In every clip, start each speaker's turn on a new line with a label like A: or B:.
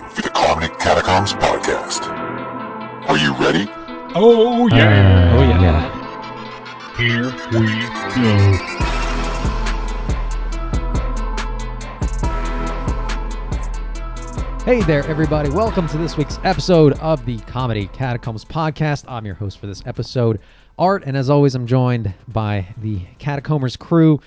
A: the Catacombs Podcast. Are you ready?
B: Oh yeah.
C: Uh,
D: Oh yeah. yeah.
B: Here we go.
D: Hey there, everybody. Welcome to this week's episode of the Comedy Catacombs podcast. I'm your host for this episode, Art, and as always, I'm joined by the Catacombers crew,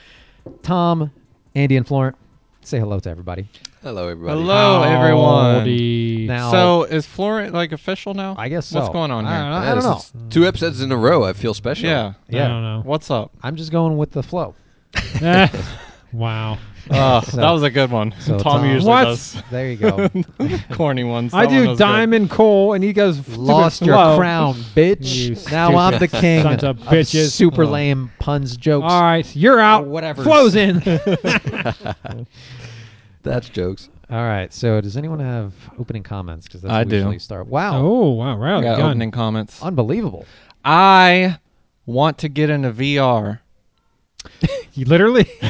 D: Tom, Andy, and Florent. Say hello to everybody.
E: Hello, everybody.
B: Oh,
C: Hello, everyone.
D: Now,
C: So is Florent like official now?
D: I guess so.
C: What's going on
D: I
C: here?
D: don't know.
E: That is- it's Two episodes in a row. I feel special.
C: Yeah.
D: Yeah.
B: I don't know.
C: What's up?
D: I'm just going with the flow.
B: Eh, wow.
C: Uh,
D: So-
C: that was a good one.
D: so
C: Tom
D: Tom-
C: usually
B: What?
C: does
D: There you go.
C: corny ones.
B: I
C: That one
B: do
C: was good.
B: Diamond Cole, and he goes stupid
D: Lost your
B: flow.
D: crown,
B: You
D: bitch. now I'm the king
B: sons of bitches.
D: super
B: Oh.
D: lame puns, jokes.
B: All right, you're out.
D: whatevers.
B: Flows in.
E: That's jokes.
D: All right. So, does anyone have opening comments? Because that's
C: I
D: where we
C: do.
D: usually start. Wow.
B: oh wow, right
C: I got
B: gun.
C: opening comments.
D: Unbelievable.
C: I want to get into VR.
B: He literally.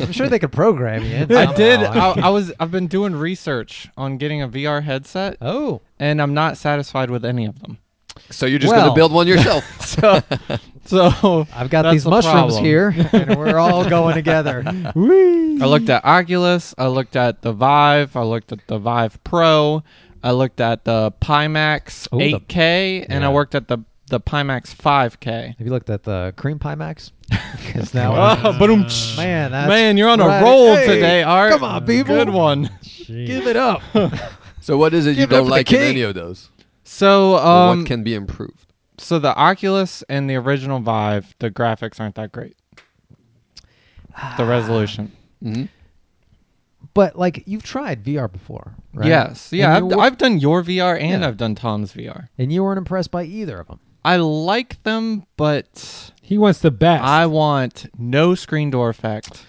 D: I'm sure they could program you.
C: I did.
D: somehow.
C: I, I was. I've been doing research on getting a VR headset,
D: oh,
C: and I'm not satisfied with any of them.
E: So you're just
D: Well-
E: gonna build one yourself.
C: So, so
D: I've got
C: That's
D: these
C: the
D: mushrooms
C: problem.
D: here, and we're all going together.
C: I looked at Oculus. I looked at the Vive. I looked at the Vive Pro. I looked at the Pimax
D: Ooh, the-
C: 8K, and I
D: Yeah.
C: worked at the the Pimax 5K.
D: Have you looked at the cream pie max? 'Cause now,
C: Oh, boom.
D: man, that's
C: man, you're on a
D: right.
C: roll
D: Hey,
C: today, Art.
D: come on, people.
C: Good one.
D: Give it up.
E: so what is it
D: Give it
E: you
D: up
E: don't
D: for the
E: like in
D: king.
E: any of those?
C: So,
E: Or
C: um,
E: what can be improved?
C: so the Oculus and the original Vive, the graphics aren't that great. The resolution.
D: Ah.
E: hmm
D: but like, you've tried VR before, right?
C: Yes, yeah.
D: And
C: I've,
D: you, were,
C: I've done your VR and
D: Yeah.
C: I've done Tom's VR.
D: and you weren't impressed by either of them.
C: I like them, but
B: he wants the best.
C: I want no screen door effect.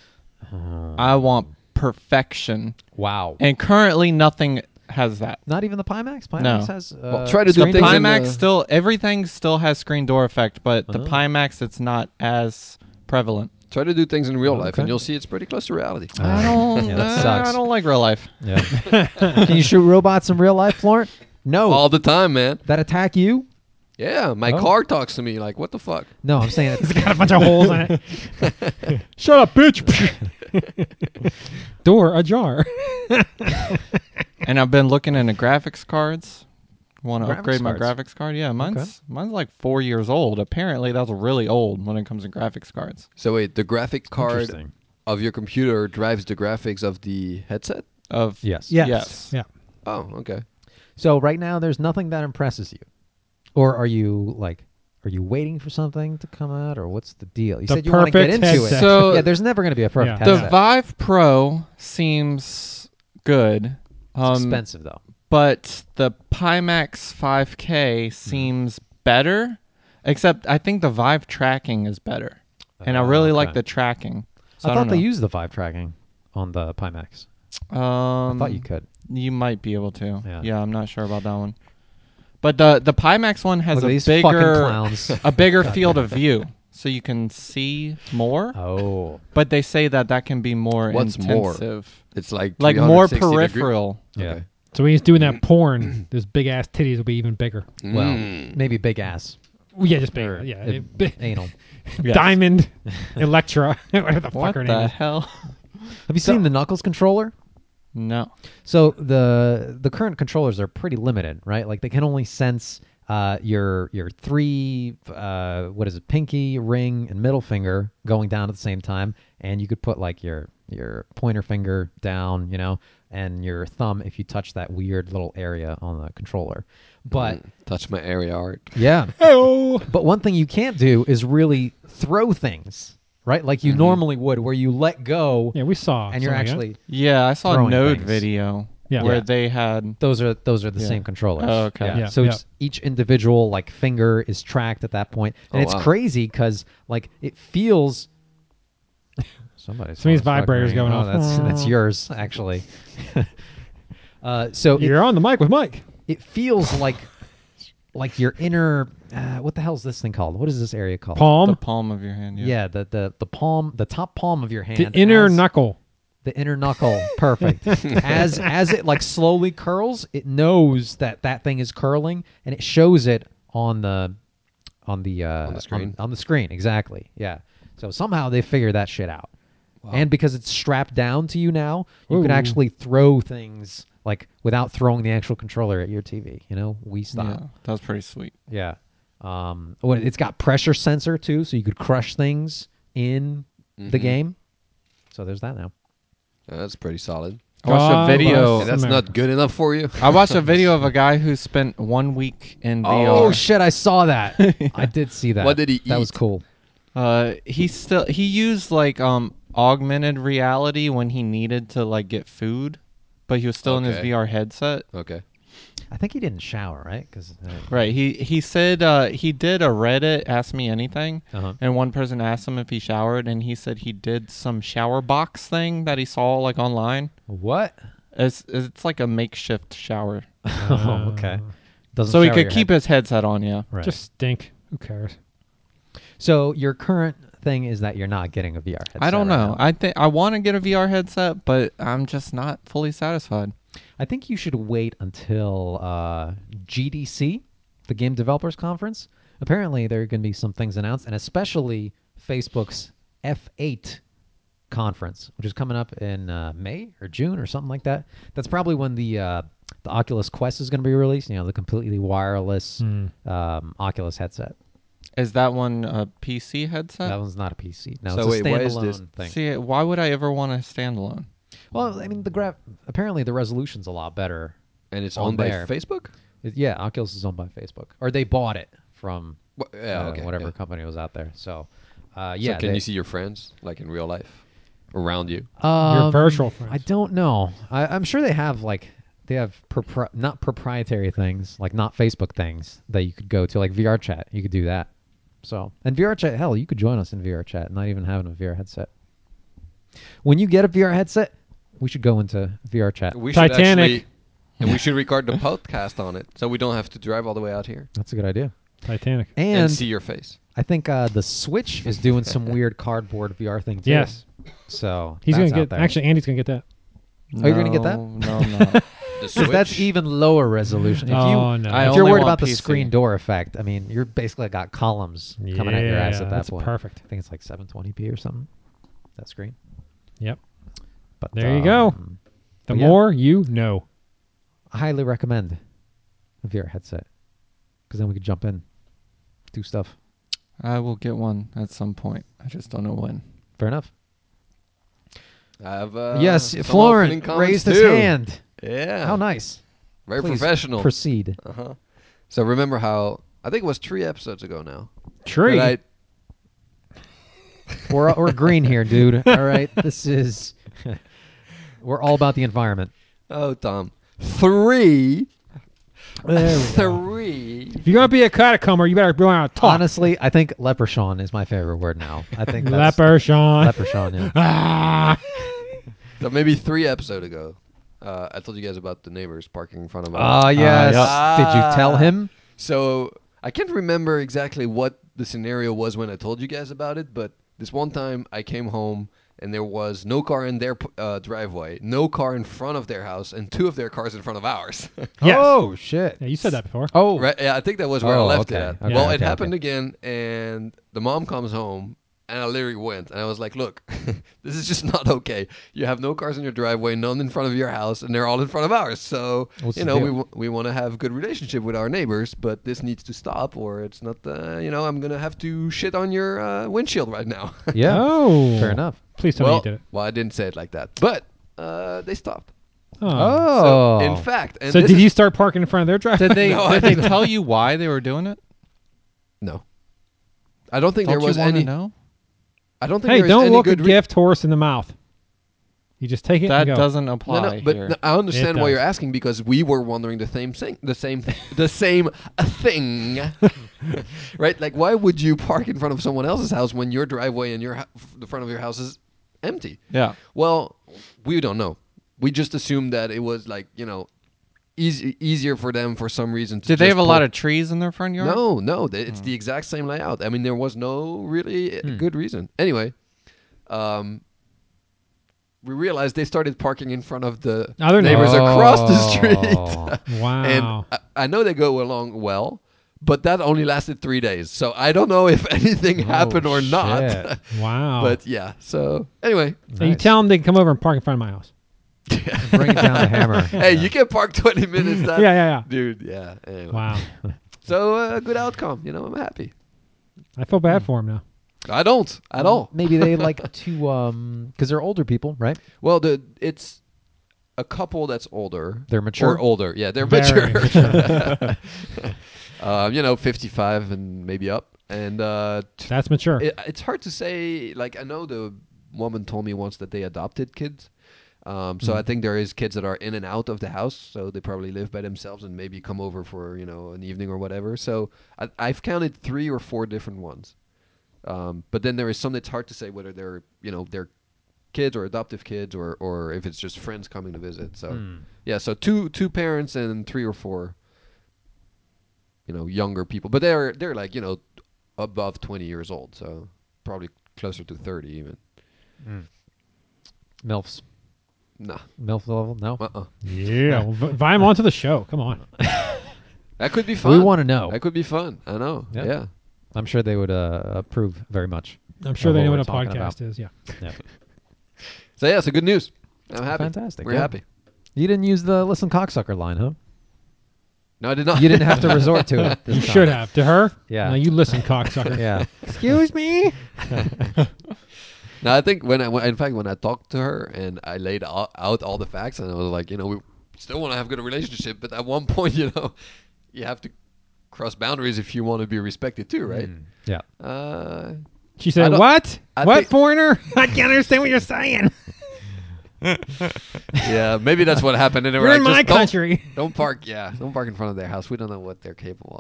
D: Uh-huh.
C: I want perfection.
D: Wow.
C: And currently, nothing has that.
D: Not even the Pimax. Pimax has. Uh,
E: try to do
C: The
E: things in
C: Pimax
E: the-
C: still, everything still has screen door effect, but
D: Oh.
C: the Pimax, it's not as prevalent.
E: Try to do things in real life,
D: Okay.
E: and you'll see it's pretty close to reality.
C: I don't,
D: Ah, yeah, that
C: uh,
D: sucks.
C: I don't like real life.
D: Yeah. Can you shoot robots in real life, Florent? No.
E: All the time, man.
D: that attack you?
E: Yeah, my
D: Oh.
E: car talks to me. Like, what the fuck?
D: No, I'm saying it's
B: got a bunch of holes in it. Shut up, bitch. Door ajar.
C: and I've been looking into graphics cards. Want to
D: Graphics
C: upgrade my
D: cards.
C: graphics card? Yeah, mine's mine's like four years old. Apparently, that's really old when it comes to graphics cards.
E: So wait, the graphic card
D: Interesting.
E: of your computer drives the graphics of the headset.
C: Of
D: Yes.
B: Yes.
C: Yes.
B: Yeah.
E: Oh, okay.
D: So right now, there's nothing that impresses you, or are you like, are you waiting for something to come out, or what's the deal? You
B: The
D: said you want to get
B: perfect
D: into it.
B: headset.
C: So-
D: yeah, there's never going to be a perfect
B: Yeah.
C: the
D: headset.
C: Vive Pro seems good, um,
D: it's expensive though.
C: but the Pimax 5K seems better. Except I think the Vive tracking is better, and I
D: Oh,
C: really
D: okay.
C: like the tracking. So
D: I
C: I,
D: thought
C: don't
D: they
C: know.
D: used the Vive tracking on the Pimax. I
C: Um,
D: thought you could.
C: You might be able to.
D: Yeah.
C: Yeah, I'm not sure about that one. But the the Pimax one has
D: Look at
C: a
D: these fucking
C: bigger
D: clowns.
C: a bigger field of view, so you can see more.
D: oh,
C: But they say that that can be more
E: What's more?
C: intensive,
E: It's like
C: like more
E: 360 degree-
C: peripheral.
D: yeah.
E: Okay.
B: So when he's doing that porn, those big ass titties will be even bigger.
D: Well,
E: Mm.
D: maybe big ass,
B: Well, yeah, just bigger. Yeah.
D: it-
B: it- bi-
D: anal.
C: Yes.
B: Diamond Electra. whatever the fuck
C: What
B: her
C: the
B: name is.
C: hell?
D: Have you seen the Knuckles controller?
C: No.
D: So the the current controllers are pretty limited, right? Like they can only sense uh, your your three uh, what is it, pinky, ring, and middle finger going down at the same time, and you could put like your your pointer finger down, you know, and your thumb if you touch that weird little area on the controller. But
E: Mm, Touch my area art.
D: yeah,
B: Oh.
D: but one thing you can't do is really throw things, right? Like you normally would, where you let go
B: Yeah, we saw.
D: and you're
B: something like
D: actually
C: Yeah, I saw
D: Throwing
C: a Node
D: things.
C: video
B: Yeah.
C: where
B: Yeah.
C: they had.
D: Those are those are the
C: Yeah.
D: same controllers.
C: Oh, okay.
D: Yeah.
B: Yeah,
D: So
B: yeah.
D: it's- each individual like finger is tracked at that point, and
E: Oh,
D: it's
E: wow.
D: crazy because like it feels. Somebody's
B: Somebody's
D: phone's
B: vibrator's
D: fucking
B: going
D: ringing.
B: off.
D: Oh, that's that's yours actually. uh, so
B: that.
D: it,
B: You're on the mic with Mike.
D: it feels like like your inner uh, what the hell is this thing called? What is this area called?
B: Palm.
C: the palm of your hand.
D: Yeah,
C: Yeah.
D: the, the the palm, the top palm of your hand.
B: The inner
D: as-
B: knuckle.
D: the inner knuckle, perfect. as as it like slowly curls, it knows that that thing is curling, and it shows it on the on the uh,
E: the screen.
D: on, the screen exactly. Yeah. So somehow they figure that shit out, and because it's strapped down to you now, you can
B: Ooh.
D: actually throw things like without throwing the actual controller at your TV. You know, we stop.
C: Yeah, that was pretty sweet.
D: Yeah. Um, well, it's got pressure sensor too, so you could crush things in the game. So there's that now.
E: Yeah, that's pretty solid.
C: I watched
B: God
C: a video.
B: bless
E: And that's
B: America.
E: not good enough for you.
C: I watched a video of a guy who spent one week in VR.
D: Oh shit! I saw that. I did see that.
E: What did he
D: That was
E: eat?
D: cool.
C: Uh, he still he used like um augmented reality when he needed to like get food, but he was still in his
E: Okay.
C: VR headset.
E: Okay.
D: I think he didn't shower, right? uh, Because
C: Right. He he said uh, he did a Reddit ask me anything,
D: Uh-huh.
C: and one person asked him if he showered, and he said he did some shower box thing that he saw like online.
D: what?
C: It's it's like a makeshift shower,
D: oh, okay. Doesn't
C: so he
D: shower
C: could
D: your
C: keep
D: head.
C: his headset on. Yeah.
D: Right.
B: Just stink. Who cares?
D: so your current thing is that you're not getting a VR headset.
C: I don't
D: right
C: know.
D: now.
C: I think I want to get a VR headset, but I'm just not fully satisfied.
D: I think you should wait until uh, GDC, the Game Developers Conference. Apparently, there are going to be some things announced, and especially Facebook's F8 conference, which is coming up in uh, May or June or something like that. That's probably when the uh, the Oculus Quest is going to be released. You know, the completely wireless um, Oculus headset.
C: Is that one a PC headset?
D: That one's not a PC. No,
E: So
D: it's a
E: wait,
D: standalone
E: what is this?
D: thing.
C: Uh. See, why would I ever want a standalone?
D: well, I mean, the graph. Apparently, the resolution's a lot better.
E: And it's
D: On
E: owned by
D: there.
E: Facebook?
D: It- yeah, Oculus is owned by Facebook, or they bought it from
E: Wha- yeah,
D: uh,
E: okay,
D: whatever
E: yeah.
D: company was out there. So, uh,
E: So
D: yeah,
E: can
D: they-
E: you see your friends like in real life around you?
D: Um,
B: virtual
D: I
B: friends.
D: don't know. I, I'm sure they have like they have propri- not proprietary things, like not Facebook things that you could go to, like VR chat. You could do that. So, and VR chat, hell, you could join us in VR chat, not even having a VR headset. When you get a VR headset, we should go into VR chat.
E: We
B: Titanic.
E: Should actually, and we should record the podcast on it so we don't have to drive all the way out here
D: That's a good idea.
B: Titanic.
E: and,
D: And
E: see your face.
D: I think uh, the Switch is doing some weird cardboard VR thing too.
B: Yes.
D: So
B: He's
D: that's
B: gonna
D: out
B: get.
D: there.
B: Actually, Andy's gonna get that.
D: Oh, you're gonna get that?
C: No, no. I'm not.
E: The
D: 'Cause
E: switch.
D: that's e even lower resolution. If you
B: oh no.
C: I
D: if
C: only
D: you're worried about
C: want
D: the
C: PC.
D: screen door effect, I mean, you're basically got columns coming at your ass
B: Yeah,
D: at that
B: that's
D: point.
B: perfect.
D: I think it's like 720p or something. That screen.
B: Yep.
D: But
B: There you go.
D: um,
B: The
D: but yeah,
B: more you know.
D: I highly recommend a VR headset because then we could jump in, do stuff.
C: I will get one at some point. I just don't know when.
D: Fair enough.
E: I have, uh,
D: yes,
E: some opening
D: Florent
E: comments
D: raised his
E: too.
D: hand.
E: Yeah.
D: How nice.
E: Very
D: Please
E: professional.
D: Proceed.
E: uh-huh. So remember how I think it was three episodes ago now.
B: Tree.
E: that I-
D: we're we're green here, dude. All right, this is we're all about the environment.
E: oh, Tom. Three.
B: There we go.
E: Three.
B: If you're gonna be a catacomber, you better learn how to talk.
D: Honestly, I think leprechaun is my favorite word now. I think that's
B: Leper Sean.
D: leprechaun. Yeah.
B: Ah.
E: So maybe three episodes ago, uh, I told you guys about the neighbors parking in front of my
D: Ah, yes.
E: yeah.
D: Did you tell him?
E: So I can't remember exactly what the scenario was when I told you guys about it, but this one time I came home and there was no car in their p- uh, driveway, no car in front of their house, and two of their cars in front of ours.
B: Yes.
D: Oh shit.
B: Yeah, you said that before.
D: Oh,
E: right? Yeah, I think that was where I
D: Oh,
E: left
D: okay,
E: it at.
D: okay,
E: well,
D: okay,
E: it
D: okay.
E: happened again, and the mom comes home. And I literally went, and I was like, "Look, this is just not okay. You have no cars in your driveway, none in front of your house, and they're all in front of ours. So
D: What's
E: you
D: the
E: know, we
D: deal?
E: w- we want to have good relationship with our neighbors, but this needs to stop, or it's not. Uh, you know, I'm gonna have to shit on your uh, windshield right now.
D: yeah.
B: Oh.
D: Fair enough.
B: Please tell me
E: well,
B: you did it.
E: well, I didn't say it like that, but uh, they stopped.
B: Oh.
D: Oh.
E: So, in fact, and
B: so
E: this
B: did
E: is-
B: you start parking in front of their driveway?
C: Did they did they tell you why they were doing it?
E: No, I don't think
C: Don't
E: there was
C: you want
E: any.
C: to know?
E: I don't think
B: hey,
E: there is
B: don't
E: any
B: look a
E: good re-
B: gift horse in the mouth. You just take it.
C: That
B: and go.
C: doesn't
E: No,
C: apply
E: no, but
C: here.
E: no, I understand
B: It does.
E: why you're asking because we were wondering the same thing, the same, the same uh, thing, right? Like, why would you park in front of someone else's house when your driveway and your hou- the front of your house is empty?
C: Yeah.
E: Well, we don't know. We just assumed that it was like you know, easy, easier for them for some reason. To
C: Did they
E: just
C: have a
E: pull-
C: lot of trees in their front yard?
E: No, no, th-
B: Hmm.
E: it's the exact same layout. I mean, there was no really uh, good reason. Anyway, um, we realized they started parking in front of the
B: Now they're
E: neighbors
B: not. Oh.
E: across the street.
B: Wow.
E: and I, I know they go along well, but that only lasted three days. So I don't know if anything happened or not.
D: shit.
B: Oh, wow.
E: but yeah. So anyway,
B: And you tell them they can come over and park in front of my house.
D: Bring down the hammer.
E: hey, you can park 20 minutes. That,
B: Yeah, yeah, yeah.
E: Dude, yeah. Anyway.
B: Wow.
E: So uh, good outcome. You know, I'm happy.
B: I feel bad for him now.
E: I don't at all.
D: Maybe they like to, um, because they're older people, right?
E: Well, the it's a couple that's older.
D: They're mature.
E: Or older. Yeah, they're
B: Very
E: mature. um, you know, 55 and maybe up. And uh, t-
B: That's mature.
E: it, it's hard to say. Like, I know the woman told me once that they adopted kids. Um, so I think there is kids that are in and out of the house, so they probably live by themselves and maybe come over for you know an evening or whatever. So I, I've counted three or four different ones, um, but then there is some that's hard to say whether they're you know they're kids or adoptive kids or or if it's just friends coming to visit. So yeah, so two two parents and three or four, you know, younger people, but they're they're like you know above twenty years old, so probably closer to thirty even.
D: MILFs.
E: Nah,
D: MILF level? No.
E: uh uh
B: yeah. Well, v- invite him onto the show. Come on.
E: That could be fun.
D: We want to know.
E: That could be fun. I know.
D: Yeah.
E: Yeah.
D: I'm sure they would uh, approve very much.
B: I'm sure they
D: what
B: know
D: we're
B: what a
D: talking
B: podcast
D: about.
B: is. Yeah.
D: Yeah.
E: So yeah, so good news. I'm happy.
D: Fantastic,
E: We're
D: yeah.
E: happy.
D: you didn't use the listen cocksucker line, huh?
E: No, I did not.
D: You didn't have to resort to it. This
B: You
D: time.
B: should have. To her?
D: Yeah.
B: Now you listen, cocksucker.
D: Yeah. Excuse me.
E: no, I think when I when- in fact when I talked to her and I laid all, out all the facts and I was like, you know, we still want to have a good relationship, but at one point, you know, you have to cross boundaries if you want to be respected too, right?
D: Yeah.
E: Uh,
B: She
E: I
B: said,
E: don't-
B: What?
E: I
B: what,
E: think-
B: foreigner? I can't understand what you're saying.
E: yeah, maybe that's what happened. And they were
B: We're in
E: like,
B: my
E: "Just don't-
B: country.
E: Don't, park. Yeah, don't park in front of their house. We don't know what they're capable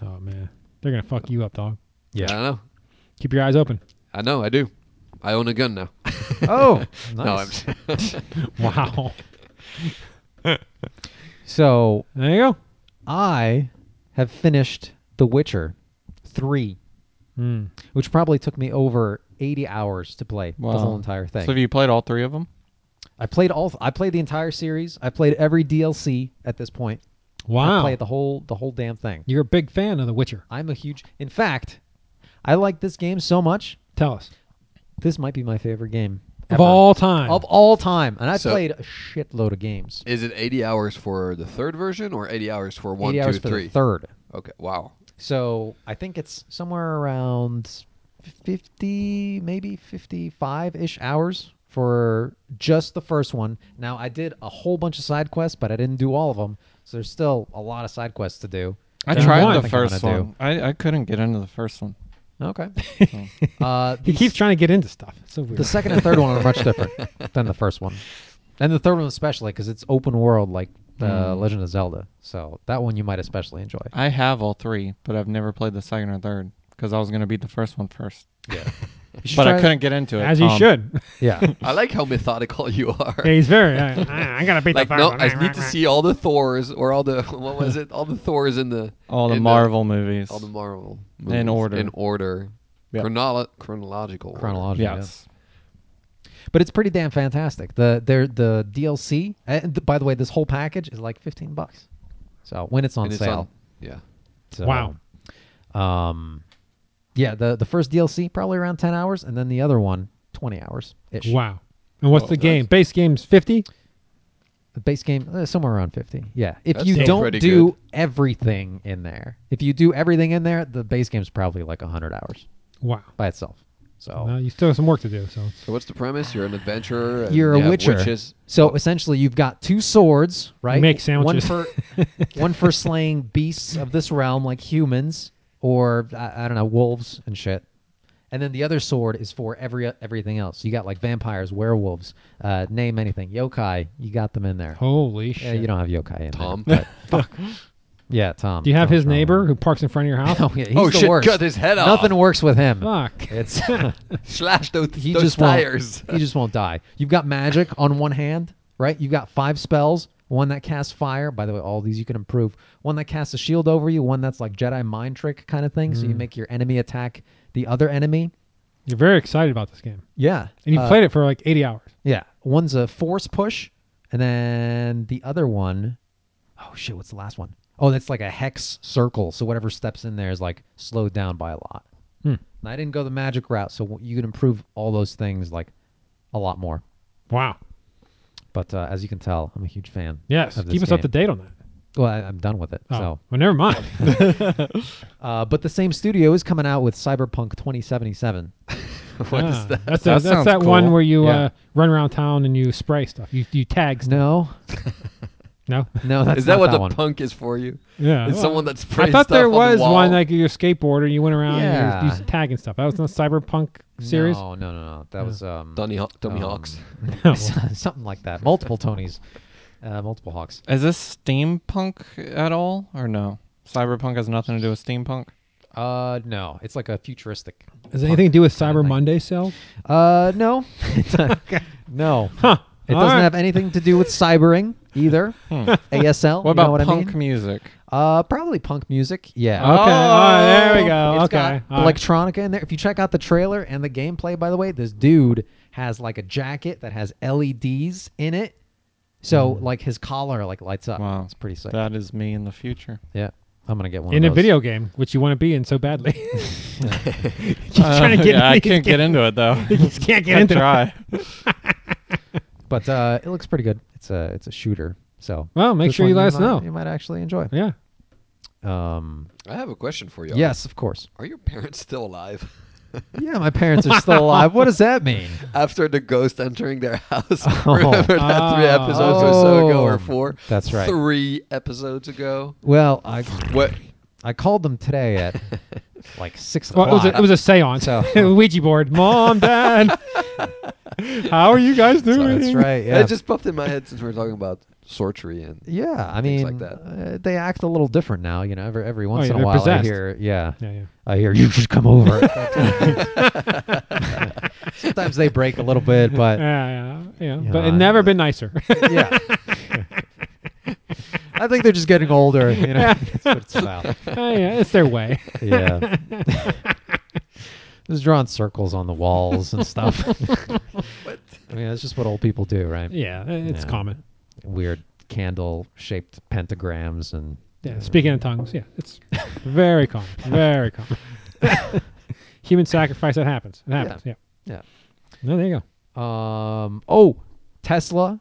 E: of.
B: Oh, man. They're going to fuck you up, dog.
E: I
D: Yeah.
E: know.
B: Keep your eyes open.
E: I know. I do. I own a gun now.
D: Oh,
E: No,
D: nice.
E: I'm,
B: Wow.
D: so
B: there you go.
D: I have finished The Witcher 3,
B: Hmm.
D: which probably took me over 80 hours to play the
C: Wow.
D: whole entire thing.
C: So have you played all three of them?
D: I played all I played the entire series. I played every DLC at this point. I
B: Wow.
D: played the whole the whole damn thing.
B: You're a big fan of The Witcher.
D: I'm a huge In fact, I like this game so much.
B: Tell us.
D: This might be my favorite game
B: Of
D: ever.
B: all time.
D: of all time, and I
E: So-
D: played a shitload of games.
E: is it 80 hours for the third version or 80 hours for one,
D: 80
E: two,
D: hours for
E: three?
D: the third.
E: Okay. Wow.
D: So I think it's somewhere around 50, maybe 55 ish hours for just the first one. Now, I did a whole bunch of side quests, but I didn't do all of them. So there's still a lot of side quests to do.
C: I
D: that
B: one.
C: tried
D: don't
C: the
D: think I'm
C: first
D: gonna
C: one. I, I couldn't get into the first one.
D: do. Okay. uh,
B: he
D: the,
B: keeps trying to get into stuff. It's so weird.
D: the second and third one are much different than the first one. And the third one, especially, because it's open world like uh,
C: Hmm.
D: Legend of Zelda. So that one you might especially enjoy.
C: I have all three, but I've never played the second or third because I was going to beat the first one first.
D: You should
C: But I
D: try-
C: couldn't get into it.
B: As you
C: Um,
B: should.
D: Yeah.
E: I like how methodical you are.
B: Yeah, he's very. I, I- I gotta beat
E: like
B: the
E: no,
B: first one.
E: I need to see all the Thors or all the what was it? All the Thors in the
C: All the
E: in
C: Marvel movies.
E: all the Marvel
C: In
E: movies.
C: order.
E: in order,
C: Yep.
E: Chronolo- chronological, order.
D: Chronological. yeah.
C: Yes.
D: but it's pretty damn fantastic. The their the DLC. Uh, th- by the way, this whole package is like fifteen bucks. So when it's on
E: And it's
D: sale,
E: on- yeah,
D: So,
B: Wow.
D: Um, yeah the the first DLC probably around ten hours, and then the other one twenty hours ish.
B: Wow. And what's
E: Oh,
B: the
E: nice.
B: game? Base game's 50?
D: The base game uh, somewhere around fifty. Yeah, if
E: That's
D: you
E: still
D: don't
E: pretty
D: do
E: good.
D: everything in there, if you do everything in there, the base game's probably like hundred hours
B: Wow.
D: by itself. So
B: Well, you still have some work to do. So
E: So what's the premise? You're an adventurer. and
D: You're
E: you
D: a
E: have
D: witcher.
E: Witches.
D: So essentially, you've got two swords, right?
B: You make sandwiches.
D: One for, one for slaying beasts of this realm, like humans or I, I don't know, wolves and shit. And then the other sword is for every everything else. You got like vampires, werewolves, uh, name anything, yokai. You got them in there.
B: holy
D: Yeah,
B: shit!
D: you don't have yokai in
E: Tom.
D: there. Tom. Yeah, Tom.
B: Do you have
D: Tom's
B: his
D: wrong.
B: neighbor who parks in front of your house?
D: Oh, yeah, he's
E: Oh,
D: the
E: shit,
D: worst.
E: cut his head off.
D: Nothing works with him.
B: Fuck!
D: It's
E: Slash those,
D: he
E: those
D: just
E: tires.
D: won't. He just won't die. You've got magic on one hand, right? You've got five spells. One that casts fire. By the way, all these you can improve. One that casts a shield
E: Mm.
D: over you. One that's like Jedi mind trick kind of thing. So you make your enemy attack the other enemy.
B: You're very excited about this game,
D: Yeah.
B: and you
D: Uh,
B: played it for like 80 hours.
D: Yeah. One's a force push, and then the other one oh shit, what's the last one? Oh, that's like a hex circle. So whatever steps in there is like slowed down by a lot.
B: Hmm.
D: And I didn't go the magic route, so you can improve all those things like a lot more.
B: Wow.
D: But uh, as you can tell, I'm a huge fan.
B: Yes.
D: of this
B: Keep us up to
D: game.
B: date on that.
D: Well, I, I'm done with it.
B: Oh,
D: So,
B: well, never mind.
D: uh, but the same studio is coming out with Cyberpunk 2077.
E: What is
B: Ah,
E: that?
B: That's,
C: That
B: that, that's
C: sounds
B: that one
C: cool.
B: where you
D: Yeah.
B: uh, run around town and you spray stuff. You you tag stuff.
D: No,
B: No.
D: no, that's
E: Is that
D: not
E: what
D: that
E: the
D: one. Oh.
E: punk is for you?
B: Yeah.
E: It's
B: well,
E: someone that sprays
B: I thought there
E: stuff on the
B: was
E: wall?
B: one like your skateboarder. and You went around and you
D: Yeah.
B: were- you were tagging stuff. That was in the cyberpunk series.
D: No, no, no, no. That
B: Yeah.
D: was um,
E: Tony Haw- Tony Hawk's.
B: No.
D: something like that. Multiple Tonys, uh, multiple Hawks.
C: Is this steampunk at all or no? Cyberpunk has nothing to do with steampunk.
D: Uh, no, it's like a futuristic.
B: Has anything to do with
D: kinda
B: Cyber
D: thing.
B: Monday sales?
D: Uh, no, no.
B: Huh.
D: It
B: All right.
D: doesn't
B: Hmm.
D: have anything to do with cybering either. ASL. you
C: What
D: know
C: about
D: what
C: punk
D: I mean?
C: music?
D: Uh, probably punk music. Yeah. Oh,
B: Okay. all right, there we go.
D: It's
B: okay.
D: got
B: all right.
D: electronica in there. If you check out the trailer and the gameplay, by the way, this dude has like a jacket that has LEDs in it. So
B: Hmm.
D: like his collar like lights up.
C: Wow.
D: It's pretty sick.
C: That is me in the future.
D: yeah. I'm gonna get one.
B: in a
D: of those.
B: video game, which you want to be in so badly. you trying to
D: Oh,
C: Uh,
B: get
C: yeah,
B: into
C: I
B: these
C: can't get into it though.
B: just can't get
C: I
B: into it.
C: try.
D: But uh, it looks pretty good. It's a it's a shooter. So
B: Well, make
D: this
B: sure you
D: one
B: let us
D: might-
B: know.
D: You might actually enjoy.
B: Yeah.
D: Um,
E: I have a question for you. Ari.
D: yes, of course.
E: Are your parents still alive?
D: Yeah, my parents are still alive. What does that mean?
E: After the ghost entering their house,
D: Oh.
E: remember that three
B: Ah.
E: episodes or so ago,
D: Oh.
E: or four?
D: That's right.
E: Three episodes ago.
D: Well, I
E: What?
D: I called them today at like six
B: Well,
D: o'clock.
B: it was a, it was a seance.
D: So-
B: Ouija board. Mom, Dad. How are you guys doing?
D: That's right. Yeah.
E: That just popped in my head since we were talking about sorcery and
D: yeah. I
E: Things
D: mean,
E: like that.
D: Uh, they act a little different now. You know, every every
B: Oh,
D: once
B: yeah,
D: in a
B: they're
D: while
B: possessed.
D: I hear, yeah,
B: Yeah, yeah.
D: I hear you should come over. Sometimes they break a little bit, but
B: Yeah, yeah, yeah.
D: You
B: But
D: know,
B: it
D: I-
B: never been nicer.
D: yeah. I think they're just getting older. You know, that's what it's about.
B: yeah, it's their way.
D: Yeah. just drawing circles on the walls and stuff.
E: what?
D: I mean, that's just what old people do, right?
B: Yeah, it's
D: Yeah.
B: common.
D: Weird candle shaped pentagrams and
B: Yeah, speaking in tongues. Yeah, it's very common. Very common. Human sacrifice. That happens. It happens. Yeah.
D: yeah.
B: No, there you go.
D: Um. Oh, Tesla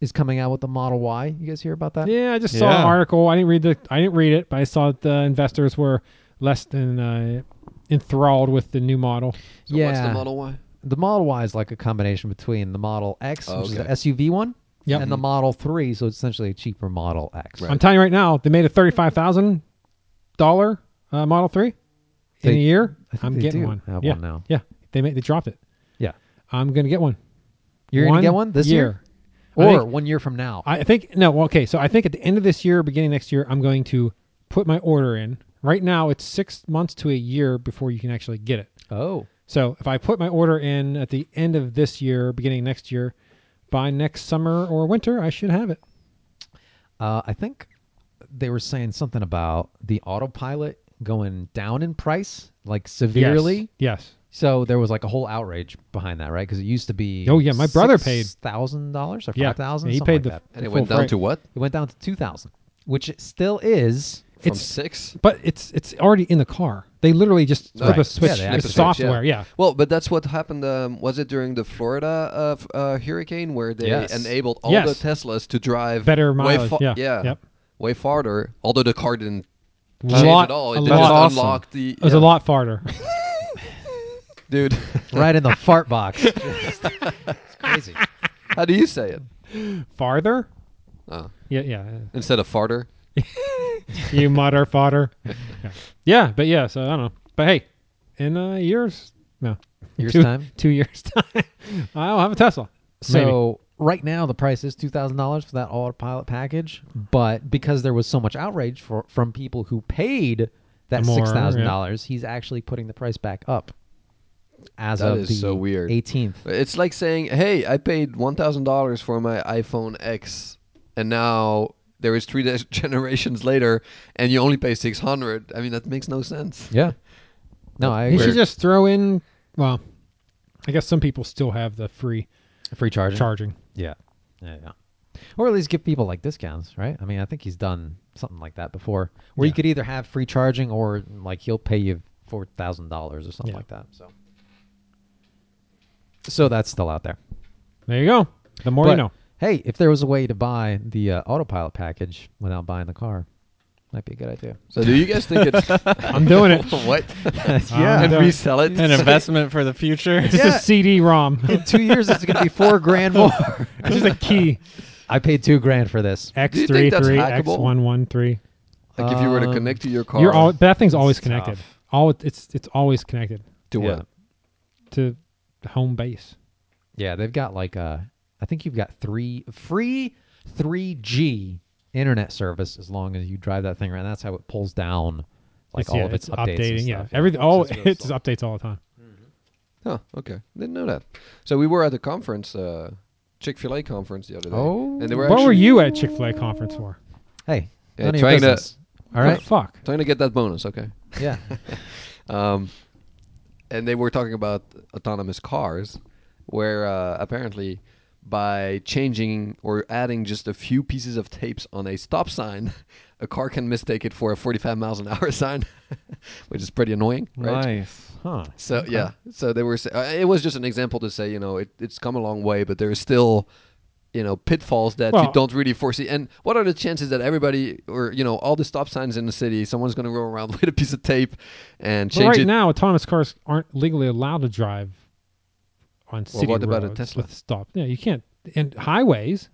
D: is coming out with the Model Y. You guys hear about that?
B: Yeah, I just saw an
C: Yeah.
B: article. I didn't read the. I didn't read it, but I saw that the investors were less than uh, enthralled with the new model.
E: So What's the Model Y?
D: The Model Y is like a combination between the Model X,
E: Oh,
D: which
E: okay.
D: is the SUV one,
B: Yep.
D: and the Model Three. So it's essentially a cheaper Model X.
E: Right.
B: I'm telling you right now, they made a thirty-five thousand dollar uh, Model Three in
D: They-
B: a year.
D: I think
B: I'm
D: they
B: getting
D: do
B: one.
D: have
B: yeah,
D: one now.
B: yeah. They made, they dropped it.
D: Yeah.
B: I'm gonna get one.
D: You're gonna get one this year,
B: I
D: or
B: think-
D: one year from now.
B: I think no. well, Okay, so I think at the end of this year, beginning next year, I'm going to put my order in. Right now, it's six months to a year before you can actually get it.
D: oh,
B: So if I put my order in at the end of this year, beginning next year, by next summer or winter, I should have it.
D: uh, I think they were saying something about the autopilot going down in price, like severely.
B: Yes.
D: So there was like a whole outrage behind that, right? Because it used to be
B: Oh, yeah, my brother paid-
D: thousand dollars or
B: Yeah.
D: five thousand.
B: Yeah, he paid the-
D: That.
E: And it
B: Full
E: went down
B: freight.
E: to what?
D: It went down to two thousand, which it still is.
E: From
B: It's-
E: six.
B: But it's it's already in the car. They literally just flip
D: Right.
B: a switch.
D: Yeah, they
B: it's
D: activate it,
B: software. Yeah.
E: Well, but that's what happened. Um, was it during the Florida uh, f- uh, hurricane where they
D: Yes.
E: enabled all
B: Yes.
E: the Teslas to drive
B: Better
E: Way
B: mileage,
E: fa-
B: yeah,
E: yeah.
B: yep.
E: Way farther, although the car didn't
B: A
E: change
B: lot-
E: at all.
B: a
E: It
B: lot-
E: just
C: Awesome.
E: unlocked the.
B: It was a
E: yeah.
B: lot farther.
E: dude.
D: right in the fart box. it's crazy.
E: How do you say it?
B: farther?
E: Oh.
B: Yeah, yeah.
E: Instead of farter.
B: You mutter fodder. Yeah. yeah, but yeah, so I don't know. But hey, in uh, years, no.
D: Years
B: two,
D: time?
B: Two years time. I'll have a Tesla.
D: So right now the price is two thousand dollars for that autopilot package, but because there was so much outrage for, from people who paid that
B: More,
D: six thousand dollars, he's actually putting the price back up. As
E: That
D: of
E: is
D: the
E: so weird.
D: eighteenth.
E: It's like saying, "Hey, I paid one thousand dollars for my iPhone X, and now there is three de- generations later, and you only pay six hundred. I mean, that makes no sense.
D: Yeah. No, I
B: He
D: agree.
B: should just throw in Well, I guess some people still have the free
D: Free charging.
B: charging.
D: Yeah. Yeah, yeah. Or at least give people like discounts, right? I mean, I think he's done something like that before, where you
B: Yeah.
D: could either have free charging or like he'll pay you four thousand dollars or something
B: Yeah.
D: like that. So, so that's still out there.
B: There you go. The more
D: But,
B: you know.
D: Hey, if there was a way to buy the uh, autopilot package without buying the car, might be a good idea.
E: So do you guys think it's
B: I'm doing it.
E: what?
B: Yeah.
E: and
B: Uh,
E: resell it?
C: An investment for the future.
B: It's
D: Yeah.
B: a CD-ROM.
D: In two years, it's going to be four grand more.
B: It's just a key.
D: I paid two grand for this.
B: X
E: you
B: three
E: think that's
B: three
E: hackable?
B: X one one three.
E: Like if you were to
D: Um,
E: connect to your car,
B: You're all that thing's always
D: It's
B: connected.
D: tough.
B: All it's it's always connected
E: to
D: yeah.
E: what?
B: to home base.
D: Yeah, they've got like uh I think you've got three free 3G internet service as long as you drive that thing around. That's how it pulls down like
B: It's-
D: all
B: yeah,
D: of its,
B: it's
D: updates.
B: updating.
D: and
B: yeah,
D: stuff.
B: everything. Oh,
D: It's just really
B: it just
D: slow.
B: updates all the time.
E: Huh, okay. Didn't know that. So we were at a conference, uh, Chick fil A conference the other day.
D: Oh.
E: and they were
B: what were
E: actually
B: you at Chick Fil A conference for?
D: Hey,
E: Yeah,
D: none of your
E: trying to-
D: business. all
B: What
D: right.
B: the fuck.
E: trying to get that bonus, okay.
D: yeah.
E: Um, and they were talking about autonomous cars, where uh, apparently by changing or adding just a few pieces of tapes on a stop sign, a car can mistake it for a 45 miles an hour sign, which is pretty annoying, right?
C: Nice.
D: Huh.
E: So yeah, so they were. sa- Uh, it was just an example to say, you know, it, it's come a long way, but there are still, you know, pitfalls that
B: Well-
E: you don't really foresee. And what are the chances that everybody, or you know, all the stop signs in the city, someone's going to go around with a piece of tape and
B: But
E: change
B: right
E: it?
B: now, autonomous cars aren't legally allowed to drive on city
E: what about a
B: roads
E: Tesla?
B: with stop. Yeah, you can't. And highways,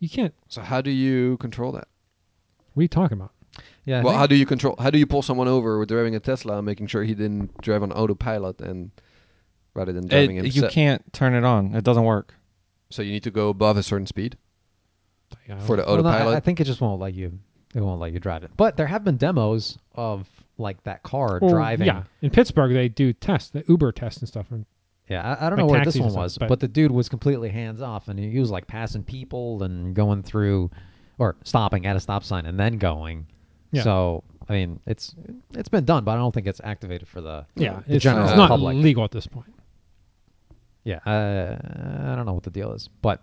B: you can't.
E: so how do you control that?
B: What are you talking about?
D: Yeah. I
E: well,
D: think-
E: how do you control? How do you pull someone over with driving a Tesla, and making sure he didn't drive on autopilot and rather
D: Uh,
E: than driving
C: It- you
E: himself?
C: can't turn it on. It doesn't work.
E: So you need to go above a certain speed
B: You know,
E: for the
D: well, no, I-
E: autopilot.
D: I, think it just won't let you it won't let you drive it. But there have been demos of like that car
B: Well,
D: driving.
B: Yeah, in Pittsburgh they do tests, the Uber tests and stuff. And
D: Yeah, I, I
B: Like
D: don't know where this
B: taxis and
D: one
B: stuff,
D: was,
B: but-
D: but, the dude was completely hands off, and he, he was like passing people and going through, or stopping at a stop sign and then going.
B: Yeah.
D: So I mean, it's it's been done, but I don't think it's activated for the
B: yeah,
D: the
B: it's,
D: general
B: it's not
D: public.
B: legal at this point.
D: yeah, uh, I don't know what the deal is, but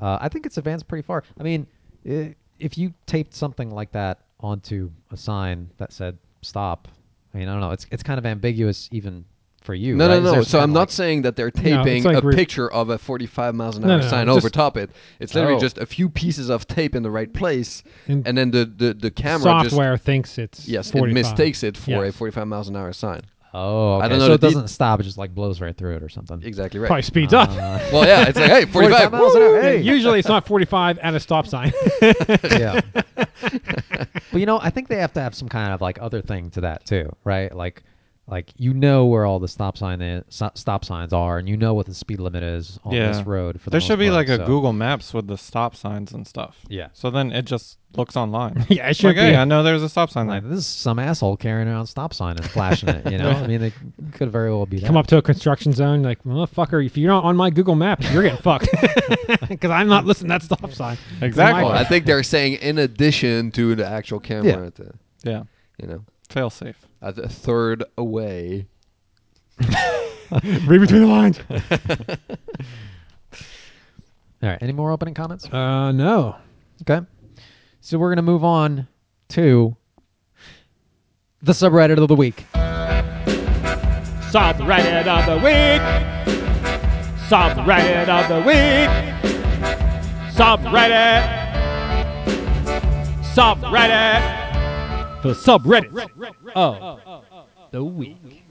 D: uh, I think it's advanced pretty far. I mean, i if you taped something like that onto a sign that said stop, I mean, I don't know, it's it's kind of ambiguous even for you.
E: No,
D: right? Is
E: no, no.
D: there
E: So
D: kinda
E: I'm not
D: like-
E: saying that they're
B: No, it's
E: taping
B: like
E: a
B: re-
E: picture of a 45 miles an
B: No,
E: hour
B: no,
E: sign
B: no,
E: over
B: just-
E: top it. It's literally
D: Oh.
E: just a few pieces of tape in the right place,
B: And
E: and, then the, the, the camera
B: Software thinks it's
E: just yes,
B: 45.
E: it mistakes it for a
B: Yes.
E: 45 miles an hour sign.
D: Oh, okay.
E: I don't know
D: So
E: the
D: it
E: de-
D: doesn't stop; it just like blows right through it or something.
E: Exactly right.
B: Probably speeds up.
D: Uh,
E: Well, yeah, it's like hey, 45.
D: miles an
E: woo!
D: hour. Hey.
B: Yeah, usually it's not 45 at a stop sign.
D: yeah. but you know, I think they have to have some kind of like other thing to that too, right? Like, like you know where all the stop sign is, so- stop signs are, and you know what the speed limit is on
C: Yeah.
D: this road. For the
C: there
D: most
C: should be
D: part,
C: like a
D: so-
C: Google Maps with the stop signs and stuff.
D: Yeah.
C: So then it just looks online.
B: yeah, it
C: Like,
B: should be.
C: hey, I know there's a stop sign
D: Like
C: there.
D: this is some asshole carrying around stop sign and flashing it. You know, I mean, it could very well be that.
B: Come up to a construction zone, like, motherfucker, if you're not on my Google map, you're getting fucked. Because I'm not listening to that stop sign.
C: Exactly.
E: Well, I think they're saying in addition to the actual camera,
D: Yeah.
E: at the,
C: yeah.
E: you know,
C: Fail safe.
E: at a third away.
B: Read between the lines.
D: All right. Any more opening comments?
B: Uh, no.
D: Okay. So we're going to move on to the subreddit of the week.
B: Subreddit of the week. Subreddit of the week. Subreddit. Subreddit. The subreddit Oh, of the week.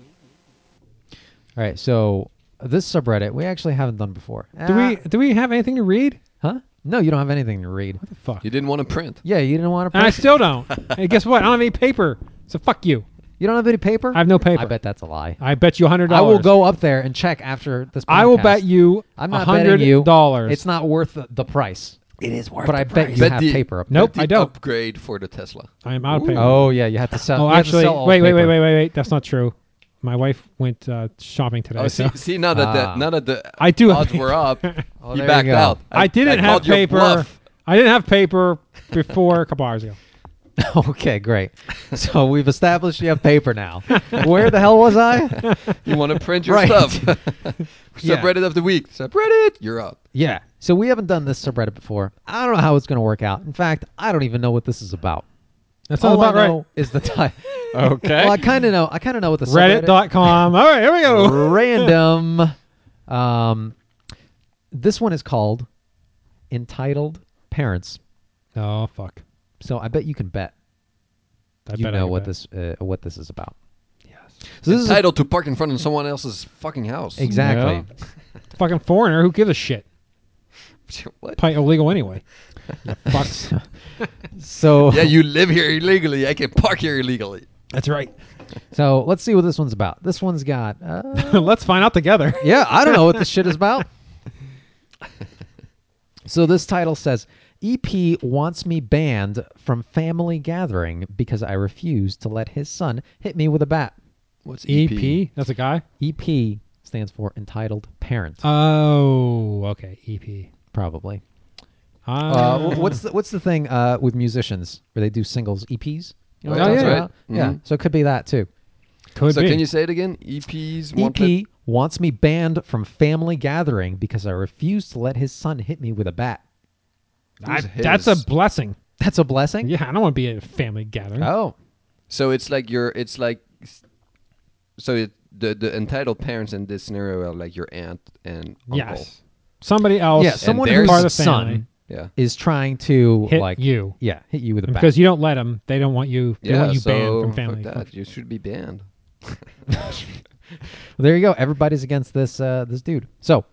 D: All right. So this subreddit we actually haven't done before. Ah,
B: Do we do we have anything to read?
D: Huh? No, you don't have anything to read.
B: What the fuck?
E: You didn't want to print.
D: Yeah, you didn't want to.
B: And I still don't. hey, guess what? I don't have any paper. So fuck you.
D: you don't have any paper.
B: I have no paper.
D: I bet that's a lie.
B: I bet you a hundred
D: I
B: dollars.
D: will go up there and check after this. Podcast.
B: I will bet you
D: I'm
B: a
D: not betting you
B: hundred dollars.
D: It's not worth the, the price. It is worth. But I bet you
E: Bet
D: have
E: the-
D: paper up.
B: Nope,
E: The
B: I don't.
E: Upgrade for the Tesla.
B: I am out of
D: there.
B: paper.
D: Oh yeah, you have to sell.
B: Oh,
D: you have to
B: actually,
D: sell all
B: wait, wait, wait,
D: paper.
B: wait, wait, wait. That's not true. My wife went uh, shopping today.
E: Oh,
B: so
E: see, see now that
D: Ah.
E: the, now that the
B: I do have
E: odds were up,
D: Oh,
E: you
D: there
E: backed
D: go.
E: out.
B: I didn't have
E: called your
B: paper.
E: bluff.
B: I didn't have paper before a couple hours ago.
D: okay, great. So we've established you have paper now. Where the hell was I?
E: You want to print your
D: Right.
E: stuff.
D: Yeah.
E: Subreddit of the week. Subreddit, you're up.
D: Yeah. So we haven't done this subreddit before. I don't know how it's going to work out. In fact, I don't even know what this is about.
B: That sounds
D: All
B: about
D: I
B: right.
D: know is the title.
C: Okay.
D: well, I kind of know. I kind of know what the subreddit
B: Reddit.com. All right, here we go.
D: random. Um, this one is called entitled parents.
B: Oh fuck!
D: So I bet you can bet
B: I
D: you
B: bet I
D: know
B: can
D: what
B: bet.
D: this uh, what this is about.
B: Yes.
D: So this
E: Entitled to park in front of someone else's fucking house.
D: is exactly.
B: Yeah. Fucking foreigner. Who gives a shit?
E: what?
B: Probably illegal anyway. You fucks.
D: So
E: Yeah, you live here illegally. I can park here illegally.
B: That's right.
D: so let's see what this one's about. This one's got uh,
B: Let's find out together.
D: yeah, I don't know what this shit is about. so this title says EP wants me banned from family gathering because I refuse to let his son hit me with a bat.
E: What's E
D: E
E: EP?
B: EP. E That's a guy.
D: EP stands for entitled parent,
E: Uh,
B: Oh, okay. EP.
D: probably.
B: Ah.
D: Uh, wh- what's the, what's the thing uh, with musicians where they do singles EPs? You
E: Oh,
D: what I'm
E: yeah,
D: talking
E: yeah.
D: about? yeah.
E: Mhm.
D: So it could be that too.
B: could
E: So
B: be? E
E: can you say it again? E EPs. want
D: EP wants me banned from family gathering because I refuse to let his son hit me with a bat.
B: I-
E: Who's his?
B: that's a blessing.
D: That's a blessing.
B: Yeah, I don't want to be at a family gathering.
D: Oh,
E: So it's like your it's like so it, the the entitled parents in this scenario are like your aunt and uncle.
B: yes. Somebody else.
D: yeah. Someone
E: there's
D: who's
B: part of the family.
D: son
E: Yeah.
D: is trying to
B: Hit
D: like
B: you.
D: Yeah, hit you with a
B: And
D: bat.
B: because you don't let them, they don't want you. They
E: yeah.
B: want you
E: so
B: banned from
E: fuck
B: family.
E: that. You should be banned.
D: Well, there you go. Everybody's against this uh, this dude. So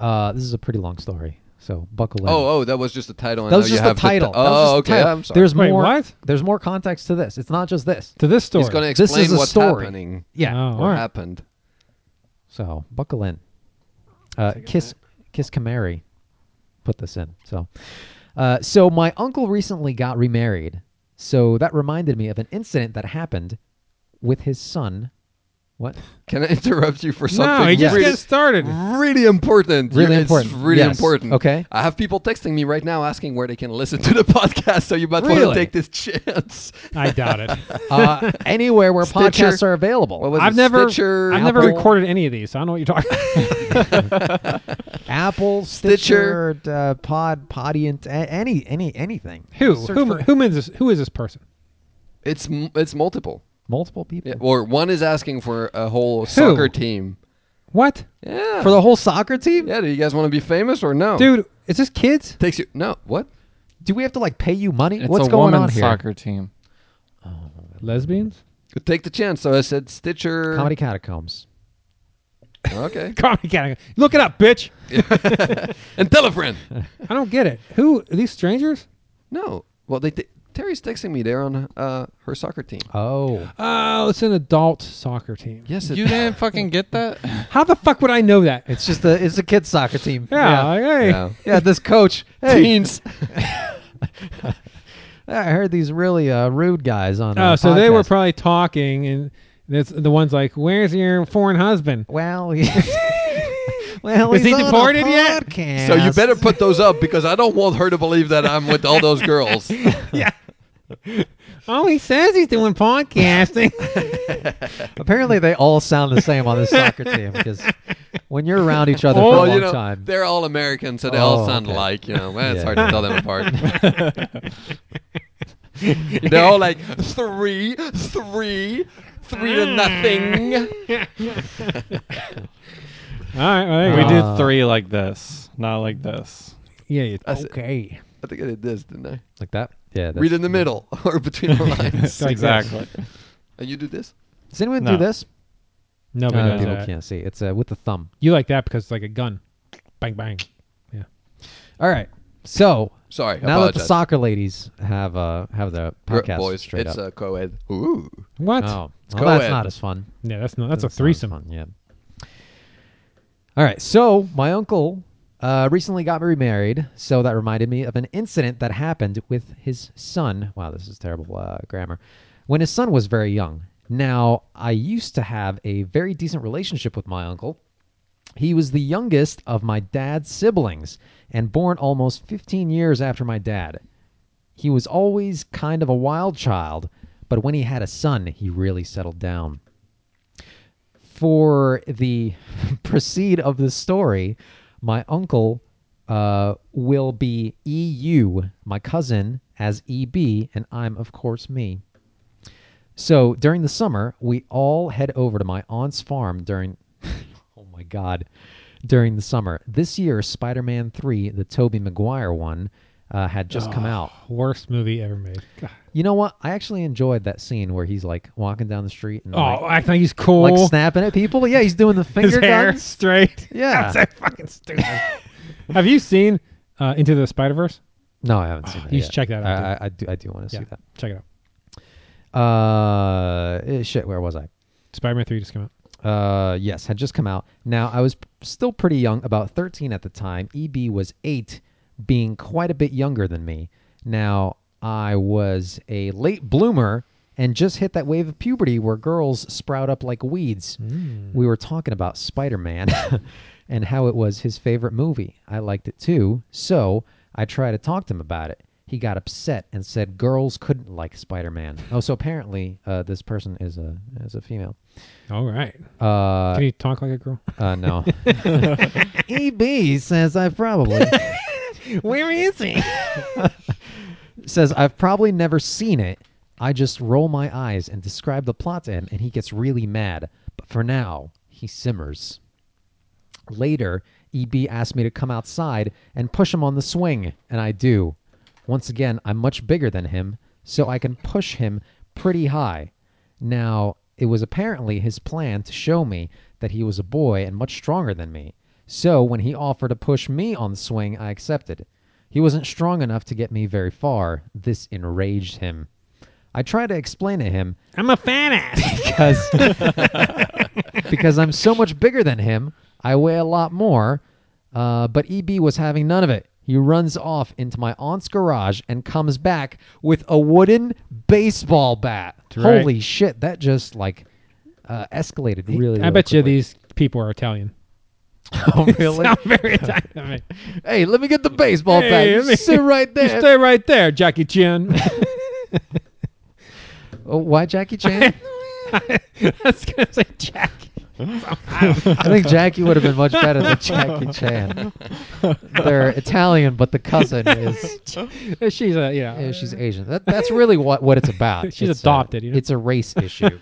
D: uh, this is a pretty long story. So buckle in.
E: Oh, oh, that was just the title. and
D: that was
E: now you
D: just the
E: have
D: title.
E: ti-
D: That was
E: oh,
D: just the
E: okay.
D: title.
E: I'm sorry.
D: There's
B: Wait,
D: more.
B: what?
D: There's more context to this. It's not just this.
B: To this story.
E: He's gonna
D: This
E: explain
D: is a
E: what's
D: story.
E: happening.
D: Yeah.
B: Oh,
E: What
B: all right.
E: happened?
D: So buckle in. Uh, Kiss Kiss Kamari put this in. So uh, so my uncle recently got remarried. So that reminded me of an incident that happened with his son. What?
E: Can I interrupt you for something?
B: No, he just
E: really,
B: gets started.
E: really important.
D: Really
E: It's
D: important.
E: really
D: Yes.
E: important.
D: Okay.
E: I have people texting me right now asking where they can listen to the podcast. So you might want
D: Really?
E: to take this chance.
B: I doubt it.
D: Uh, anywhere where
E: Stitcher.
D: podcasts are available.
E: What was
B: I've
E: it?
B: never,
E: Stitcher,
B: I've never
D: Apple.
B: recorded any of these, so I don't know what you're talking. about.
D: Apple,
E: Stitcher.
D: Stitcher, uh, Pod, Podiant, a- any, any, anything.
B: who,
D: Search
B: who,
D: for
B: who is this? Who is this person?
E: It's m- it's multiple.
D: multiple people
E: Yeah, or one is asking for a whole soccer team.
B: What,
E: Yeah.
D: for the whole soccer team.
E: yeah. Do you guys want to be famous or no?
B: dude? Is this kids?
E: takes you. No. What?
D: Do we have to like pay you money?
C: It's
D: What's
C: a
D: going
C: woman's
D: on here?
C: soccer team.
B: Lesbians?
E: Take the chance. So I said Stitcher.
D: Comedy catacombs.
E: Okay.
B: Comedy category. Look it up, bitch.
E: and tell a friend.
B: I don't get it. Who are these strangers?
E: no. Well, they t- Terry's texting me. They're on uh, her soccer team.
D: Oh,
B: Oh, it's an adult soccer team.
E: Yes. It,
C: You didn't fucking get that?
B: How the fuck would I know that?
D: it's just a it's a kids soccer team.
B: yeah, like, hey.
E: Yeah.
D: yeah. This coach. Hey,
E: Teens.
D: I heard these really uh, rude guys on.
B: Oh,
D: uh,
B: so they were
D: podcast.
B: probably talking, and this, the one's like, "Where's your foreign husband?"
D: well. He, well,
B: Is
D: he's
B: he
D: on a
B: deported yet?
D: podcast.
E: So you better put those up because I don't want her to believe that I'm with all those girls.
B: yeah. Oh, he says he's doing podcasting.
D: Apparently, they all sound the same on this soccer team because when you're around each other for a
E: well,
D: long
E: you know,
D: time,
E: they're all American, so they all
D: Oh,
E: sound
D: okay.
E: alike. You know, well, it's
D: Yeah.
E: hard to tell them apart. they're all like three, three, three to nothing.
B: All right, well, there you
C: We
B: go.
D: Uh,
C: did three like this, not like this.
B: Yeah, you-
E: That's it.
B: okay.
E: I think I did this, didn't I?
D: like that. Yeah.
E: Read in the middle or between the lines.
B: Like
C: exactly.
E: and you do this?
D: Does anyone
C: No.
D: do this?
B: Nobody
D: Uh,
B: does
D: people
B: that.
D: can't see. It's uh, with the thumb.
B: You like that because it's like a gun, bang bang. Yeah.
D: All right. So
E: Sorry,
D: now that the
E: apologize.
D: soccer ladies have uh have the
E: R-
D: podcast
E: boys,
D: straight
E: it's uh,
D: up.
E: a co-ed. Ooh,
B: What?
D: oh, well,
E: co-ed.
D: that's not as fun.
B: Yeah, that's not. That's a
D: Doesn't sound as
B: threesome.
D: fun, Yeah. All right. So my uncle uh, recently got remarried. So that reminded me of an incident that happened with his son. Wow, this is terrible uh, grammar. When his son was very young. Now, I used to have a very decent relationship with my uncle. He was the youngest of my dad's siblings and born almost 15 years after my dad. He was always kind of a wild child, but when he had a son, he really settled down for the proceed of the story, my uncle uh, will be EU, my cousin as EB, and I'm, of course, me. So during the summer, we all head over to my aunt's farm during. oh my God. During the summer. This year, Spider Man 3, the Tobey Maguire one, uh, had just come out.
B: Worst movie ever made. God.
D: You know what? I actually enjoyed that scene where he's like walking down the street and like,
B: Oh, I think he's cool.
D: like snapping at people. Yeah, he's doing the
B: His
D: finger
B: hair
D: guns.
B: straight.
D: Yeah.
B: That's so fucking stupid. Have you seen uh, Into the Spider Verse?
D: No, I haven't seen that.
B: You
D: yet.
B: should check that out,
D: I, I, I do. I do want to
B: Yeah,
D: see that.
B: check it out.
D: Uh, eh, shit. Where was I?
B: Spider Man Three just came out.
D: Uh, yes, had just come out. Now I was p- still pretty young, about thirteen at the time. EB was eight, being quite a bit younger than me. Now I was a late bloomer and just hit that wave of puberty where girls sprout up like weeds. We were talking about Spider Man and how it was his favorite movie. I liked it too, so I tried to talk to him about it. He got upset and said girls couldn't like Spider Man. Oh, so apparently uh, this person is a is a female.
B: All right.
D: Uh,
B: Can you talk like a girl?
D: uh, no. EB E says I've probably
B: Where is he?
D: says I've probably never seen it. I just roll my eyes and describe the plot to him, and he gets really mad. But for now, he simmers. Later, EB asked me to come outside and push him on the swing, and I do. Once again, I'm much bigger than him, so I can push him pretty high. Now, it was apparently his plan to show me that he was a boy and much stronger than me. So, when he offered to push me on the swing, I accepted. He wasn't strong enough to get me very far. This enraged him. I tried to explain to him
B: I'm a fat ass.
D: because because I'm so much bigger than him. I weigh a lot more. Uh, but EB was having none of it. He runs off into my aunt's garage and comes back with a wooden baseball bat.
B: right.
D: Holy shit! That just like uh, escalated
B: I
D: really. really
B: bet you
D: quickly.
B: these people are Italian.
D: Oh, really?
B: Sound very Italian. to me.
D: hey, let me get the baseball
B: Hey,
D: bat. You
B: let me-
D: sit right
B: you
D: there.
B: stay right there, Jackie Chan.
D: Oh, why Jackie Chan?
B: That's gonna say Jackie.
D: I think Jackie would have been much better than Jackie Chan. They're Italian, but the cousin is
B: She's a yeah.
D: Yeah, she's Asian. That, that's really what, what it's about.
B: Uh. She's
D: It's a-
B: adopted, you know?
D: It's a race issue.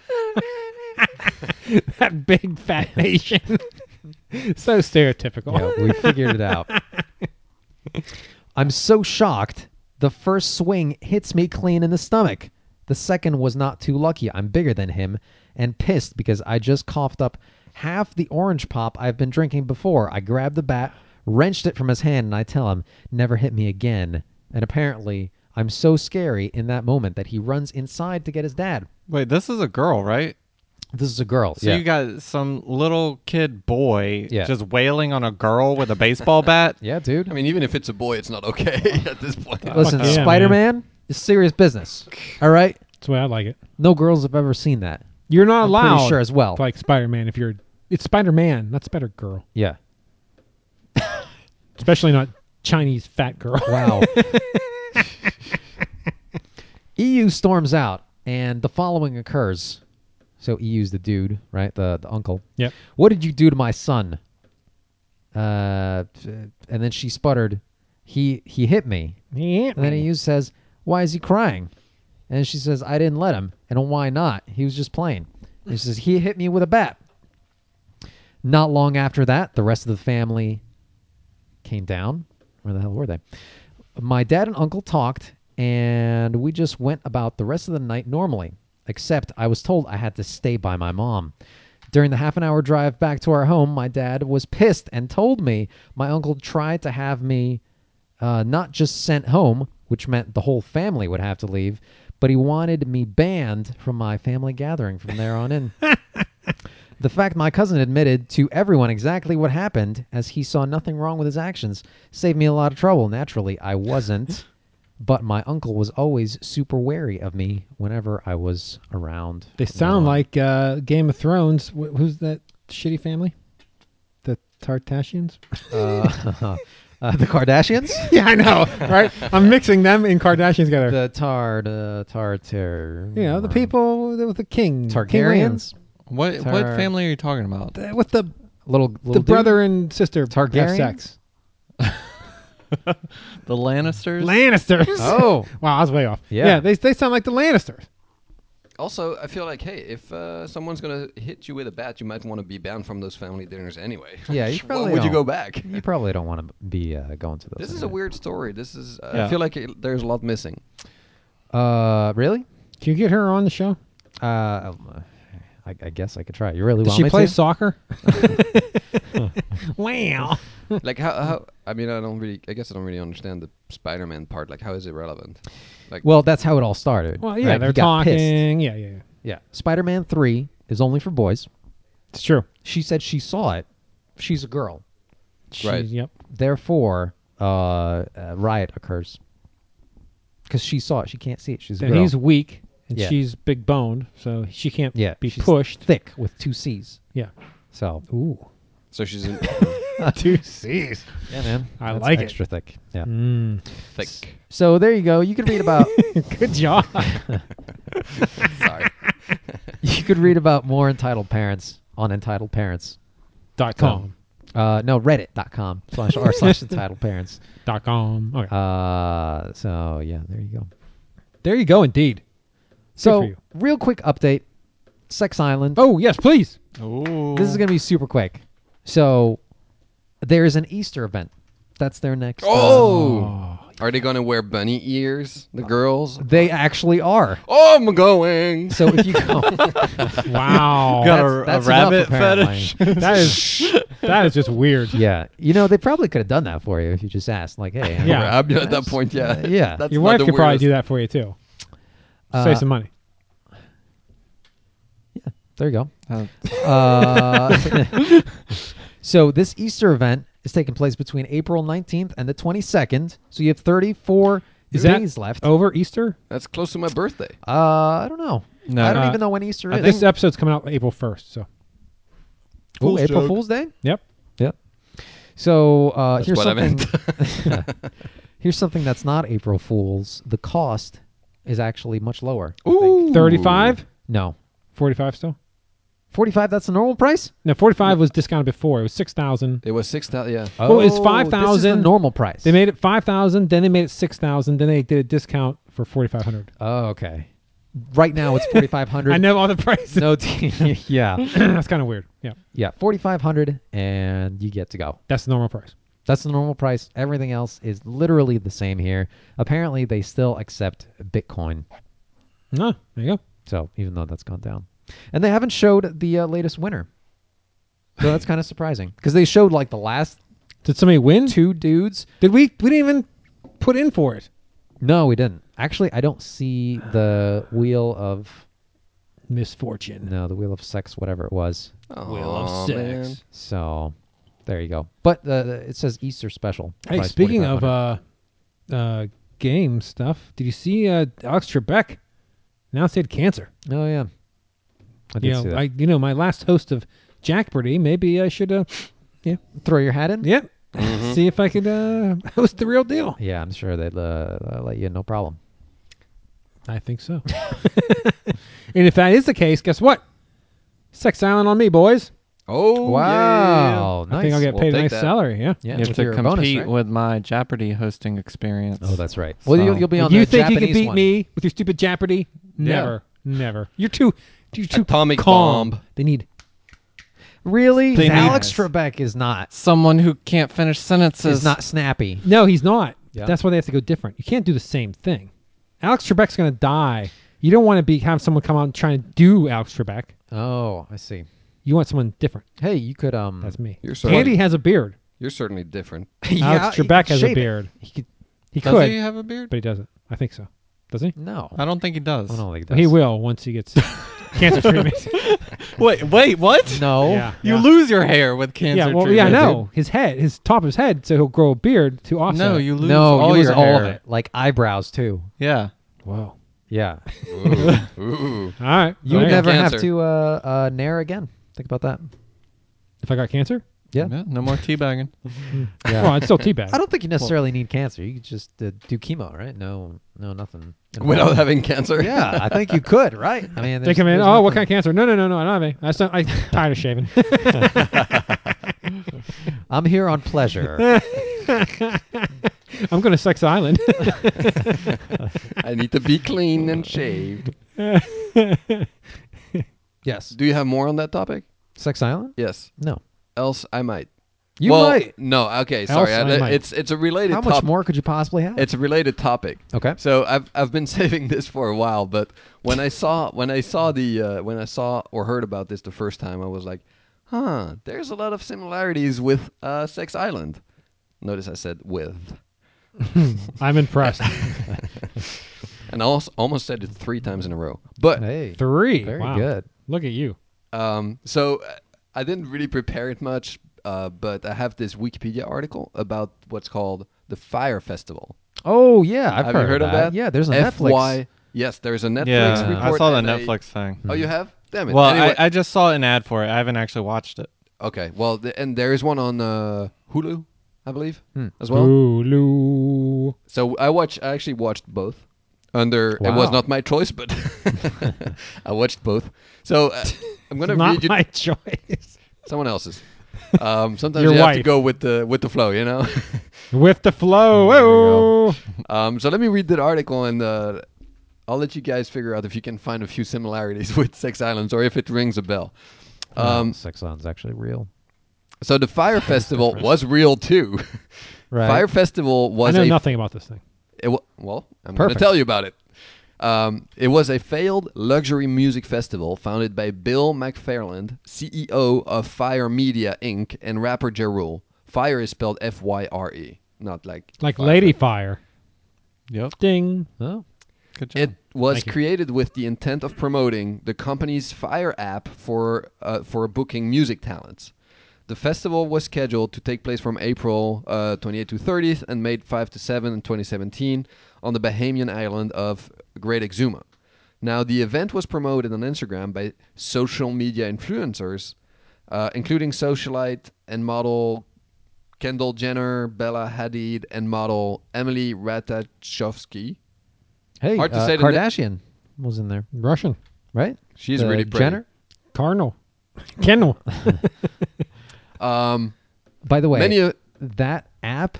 B: that big fat Asian. so stereotypical.
D: Yeah, we figured it out. I'm so shocked. The first swing hits me clean in the stomach. The second was not too lucky. I'm bigger than him and pissed because I just coughed up half the orange pop I've been drinking before. I grabbed the bat, wrenched it from his hand, and I tell him, never hit me again. And apparently, I'm so scary in that moment that he runs inside to get his dad.
C: Wait, this is a girl, right?
D: This is a girl.
C: So you got some little kid boy
D: Yeah.
C: just wailing on a girl with a baseball bat.
D: yeah, dude.
E: I mean, even if it's a boy, it's not okay at this point.
D: Listen,
B: Fuck yeah,
D: Spider Man is serious business. All right.
B: That's the way I like it.
D: No girls have ever seen that.
B: You're not
D: I'm pretty
B: allowed.
D: sure as well.
B: to Like Spider Man, if you're it's Spider Man, not Spider Girl.
D: Yeah.
B: Especially not Chinese fat girl.
D: Wow. EU E storms out, and the following occurs. So EU's the dude, right? The the uncle.
B: Yep.
D: What did you do to my son? Uh, and then she sputtered. He he hit me.
B: Yeah.
D: And then EU says, Why is he crying? And she says, I didn't let him. And why not? He was just playing. And she says, He hit me with a bat. Not long after that, the rest of the family came down. Where the hell were they? My dad and uncle talked, and we just went about the rest of the night normally, except I was told I had to stay by my mom. During the half an hour drive back to our home, my dad was pissed and told me my uncle tried to have me uh, not just sent home, which meant the whole family would have to leave, but he wanted me banned from my family gathering from there on in. The fact my cousin admitted to everyone exactly what happened, as he saw nothing wrong with his actions, saved me a lot of trouble. Naturally, I wasn't, but my uncle was always super wary of me whenever I was around.
B: They sound like uh, Game of Thrones. Wh- who's that shitty family? The Tartashians?
D: Uh, Uh, the Kardashians?
B: yeah, I know, right? I'm mixing them and Kardashians together.
D: the Tard, uh, Tartar.
B: you know, the people with the king, King Rams.
D: Targaryens?
C: What what
D: Tar-
C: family are you talking about?
B: The- with the
D: Little, little
B: the
D: dude?
B: brother and sister have
D: Targaryen?
B: sex.
C: The Lannisters.
B: Lannisters.
D: Oh.
B: wow, I was way off.
D: Yeah.
B: they they sound like the Lannisters.
E: Also, I feel like, hey, if uh, someone's gonna hit you with a bat, you might want to be banned from those family dinners anyway.
D: Yeah, you
E: Why
D: probably
E: would you go
D: don't.
E: back?
D: You probably don't want to be uh, going to those.
E: This is a
D: anyway.
E: weird story. This is. Uh,
C: Yeah.
E: I feel like it, there's a lot missing.
D: Uh, really?
B: Can you get her on the show?
D: Uh, I, I guess I could try. You really
B: Does
D: want
B: she
D: me
B: play
D: to?
B: soccer? wow.
E: like how, how? I mean, I don't really. I guess I don't really understand the Spider-Man part. Like, how is it relevant? Like,
D: Well, that's how it all started.
B: Well, yeah,
D: right?
B: they're
D: He got pissed.
B: talking. Yeah, yeah, yeah.
D: Yeah, Spider-Man Three is only for boys.
B: It's true.
D: She said she saw it. She's a girl.
B: She-
E: Right.
B: Yep.
D: Therefore, uh, a riot occurs because she saw it. She can't see it. She's a
B: And
D: girl.
B: he's weak, and
D: Yeah.
B: she's big boned, so she can't
D: yeah,
B: be
D: she's
B: pushed.
D: thick with two C's.
B: Yeah.
D: So
B: Ooh.
E: so she's in
B: Two C's.
D: yeah, man,
B: I like it.
D: extra thick. Yeah.
B: Mm.
E: thick.
D: So there you go. You could read about
B: Good job.
E: Sorry.
D: you could read about more entitled parents on entitled parents.
B: dot com.
D: Uh, no, reddit.com slash r slash entitled parents.
B: Dot com. Okay.
D: Uh, so yeah, there you go.
B: there you go. Indeed.
D: So
B: you.
D: real quick update, Sex Island.
B: Oh yes, please.
C: Ooh.
D: This is gonna be super quick. So there is an Easter event. That's their next. uh,
E: Oh. Are they gonna wear bunny ears, the girls?
D: they actually are.
E: Oh, I'm going.
D: So if you go,
B: Wow.
D: That's-
C: Got a, a
D: that's enough,
C: rabbit
D: apparently.
C: fetish.
B: that is that is just weird.
D: yeah, you know they probably could have done that for you if you just asked, like, hey, I'm-
B: Yeah.
E: Grab you at that point, yeah.
D: yeah.
E: That's
B: Your
E: not
B: wife
E: the
B: could probably
E: weirdest-
B: do that for you too.
D: Uh,
B: Save some money.
D: there you go.
C: Uh,
D: Uh, so this Easter event is taking place between April 19th and the 22nd. So you have 34
B: Is that
D: days left.
B: over Easter?
E: That's close to my birthday.
D: Uh, I don't know.
C: No.
D: I don't
B: Uh,
D: even know when Easter
B: Uh,
D: is.
B: this episode's coming out April first. So
D: Ooh,
C: Fool's
D: April
C: joke.
D: Fool's Day.
B: yep.
D: Yep. So uh, here's
E: what I
D: something.
E: meant.
D: here's something that's not April Fool's. The cost is actually much lower.
E: Ooh.
B: 35?
D: No,
B: 45 still?
D: 45. That's the normal price.
B: No, 45 was discounted before. It was 6,000.
E: It was six thousand. Yeah.
B: Well, it's
D: Oh, this is the
B: 5,000.
D: normal price.
B: They made it 5,000, then they made it 6,000, then they did a discount for 4,500.
D: oh, okay. Right now it's 4,500.
B: I know all the prices.
D: No, t- yeah.
B: That's kind of weird. Yeah.
D: Yeah, 4500 and you get to go.
B: That's the normal price.
D: That's the normal price. Everything else is literally the same here. Apparently, they still accept Bitcoin.
B: No, there you go.
D: So, even though that's gone down. And they haven't showed the uh, latest winner. So, that's kind of surprising because they showed like the last
B: Did somebody win?
D: two dudes.
B: Did we? We didn't even put in for it.
D: No, we didn't. Actually, I don't see the wheel of
B: Misfortune.
D: no, the wheel of sex whatever it was.
B: Wheel of
E: Aw, man.
B: sex.
D: So, there you go. But uh, it says Easter special.
B: Hey,
D: price
B: speaking of
D: 4,500.
B: uh, uh, game stuff, did you see uh, Alex Trebek announced he had cancer?
D: Oh yeah. I did
B: you know,
D: see that.
B: uh, I you know my last host of Jackberty. Maybe I should, uh, yeah,
D: Throw your hat in?
B: yeah,
D: Mm-hmm.
B: see if I could uh, host the real deal.
D: Yeah, I'm sure they'd uh, uh, let you no problem.
B: I think so. and if that is the case, guess what? Sex Island on me, boys.
E: Oh yeah.
D: Wow, nice.
B: I think I'll get
E: We'll
B: paid a
E: take
B: nice
E: that.
B: salary. Yeah.
D: yeah,
C: you have
D: with
C: to
D: your
C: compete
D: bonus, right?
C: with my Jeopardy hosting experience.
D: Oh, that's right. Well, you'll,
C: So-
D: you'll be on
B: you
D: the
B: think you can
D: Japanese
B: beat
D: one.
B: me with your stupid Jeopardy? Never, never. You're too, you're too
E: Atomic
B: calm.
E: bomb.
B: They need
D: Really?
C: They
D: Alex
C: need-
D: Trebek is not
C: someone who can't finish sentences.
D: is not snappy.
B: No, he's not.
D: Yeah.
B: That's why they have to go different. You can't do the same thing. Alex Trebek's going to die. You don't want to be have someone come out and try and do Alex Trebek.
D: Oh, I see.
B: You want someone different.
D: Hey, you could um.
B: That's me.
E: You're so
B: Andy has a beard.
E: You're certainly different.
D: yeah,
B: Alex
D: he could
B: Trebek has a
D: shave it.
B: beard.
D: He could.
B: He
C: Does
B: could,
C: he have a beard?
B: but he doesn't. I think so. Does he?
D: No,
C: I don't think he does.
D: I don't think
B: He
D: does.
B: will once he gets cancer treatment.
C: Wait, wait, what?
D: No.
B: yeah.
C: You
B: yeah.
C: lose your hair with cancer.
B: Yeah, well, yeah,
C: treatment,
B: no. His head, his top of his head, so he'll grow a beard to
C: dude.
B: offset.
C: No,
B: it.
C: you lose
D: No,
C: all
D: you lose
C: your
D: all
C: hair.
D: of it, like eyebrows too.
C: Yeah.
B: Wow.
D: Yeah,
E: Ooh. Ooh.
B: All right.
D: you
B: All
D: would
B: right.
D: never have
E: Cancer.
D: to uh, uh, nair again. Think about that.
B: If I got cancer?
D: Yeah.
C: Yeah, no more teabagging.
D: Yeah.
B: Well, it's still teabag.
D: I don't think you necessarily need cancer. You could just uh, do chemo, right? No, no, nothing.
E: without having cancer.
D: yeah, I think you could, right? I mean,
B: They
D: there's-
B: come in.
D: there's
B: Oh, what kind
D: nothing-
B: of cancer? No, no, no, no. I don't have any. I just don't, I'm tired of shaving.
D: I'm here on pleasure.
B: I'm going to Sex Island.
E: I need to be clean and shaved.
D: yes.
E: Do you have more on that topic?
D: Sex Island?
E: Yes.
D: No.
E: Else I might.
D: You
E: well,
D: might.
E: No. Okay. Sorry.
B: I
E: I-
B: might.
E: it's it's a related.
D: How much
E: top-
D: more could you possibly have?
E: It's a related topic.
D: okay.
E: So I've I've been saving this for a while, but when I saw when I saw the uh, when I saw or heard about this the first time, I was like, huh. There's a lot of similarities with uh, Sex Island. Notice I said with,
B: I'm impressed.
E: and I also almost said it three times in a row. But
D: Hey.
B: Three.
D: Very
B: Wow.
D: good.
B: Look at you.
E: Um, so uh, I didn't really prepare it much, uh, but I have this Wikipedia article about what's called the Fire Festival.
D: Oh yeah, I've
E: have
D: heard,
E: you heard of that?
D: Yeah, there's a
E: FY.
D: Netflix.
E: Yes, there's a Netflix
C: yeah,
E: report.
C: I saw the
E: and a-
C: Netflix thing.
E: Oh, you have? Damn it.
C: Well,
E: Anyway-
C: I, I just saw an ad for it. I haven't actually watched it.
E: okay. Well, th- and there is one on uh, Hulu, I believe, as well.
B: Hulu.
E: So I watch. I actually watched both. Under it was
D: Wow.
E: not my choice, but I watched both. So uh, I'm gonna
B: Not
E: read you
B: my choice.
E: someone else's. Um, sometimes
B: Your
E: you have to
B: wife.
E: go with the with the flow, you know.
B: With the flow.
D: There
B: Oh.
E: Um, so let me read that article and uh, I'll let you guys figure out if you can find a few similarities with Sex Islands or if it rings a bell.
D: No,
E: Um,
D: Oh, Sex Island's actually real.
E: so the Fire Festival was real too.
D: Right.
E: Fire Festival
B: I
E: was
B: know
E: a
B: nothing about this thing.
E: it wa- well, I'm going to
D: Perfect.
E: tell you about it. Um, it was a failed luxury music festival founded by Bill McFarland, CEO of Fire Media Inc. and rapper Ja Rule. Fire is spelled F Y R E, not like
B: Like
E: Fire
B: Lady Fire.
C: Yep.
B: Ding.
D: Oh,
C: Good job.
E: It was
B: Thank you.
E: created with the intent of promoting the company's Fire app for uh, for booking music talents. The festival was scheduled to take place from April uh, 28 to 30th and made 5 to 7 in 2017 on the Bahamian island of Great Exuma. Now, the event was promoted on Instagram by social media influencers, uh, including socialite and model Kendall Jenner, Bella Hadid, and model Emily Ratajkowski.
D: hey,
E: Hard to
D: uh,
E: say the na-
D: Kardashian was in there,
B: Russian.
D: right?
E: She's
D: The
E: really pretty.
D: Jenner.
B: Cardinal. Kennel.
E: Um,
D: By the way,
E: Many of-
D: that app.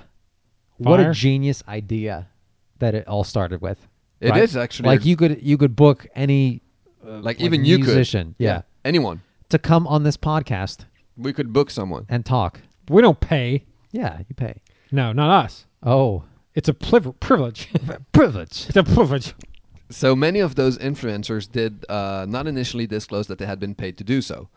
D: What a
B: Fire.
D: genius idea that it all started with.
E: It
D: It
E: is
D: is
E: actually
D: like you could you could book any
E: like,
D: like
E: even you
D: musician,
E: could
D: yeah.
E: anyone
D: to come on this podcast
E: we could book someone
D: and talk.
B: we don't pay.
D: Yeah, you pay.
B: No, not us.
D: Oh,
B: It's a pliv- privilege.
D: privilege.
B: it's a privilege.
E: so many of those influencers did uh, not initially disclose that they had been paid to do so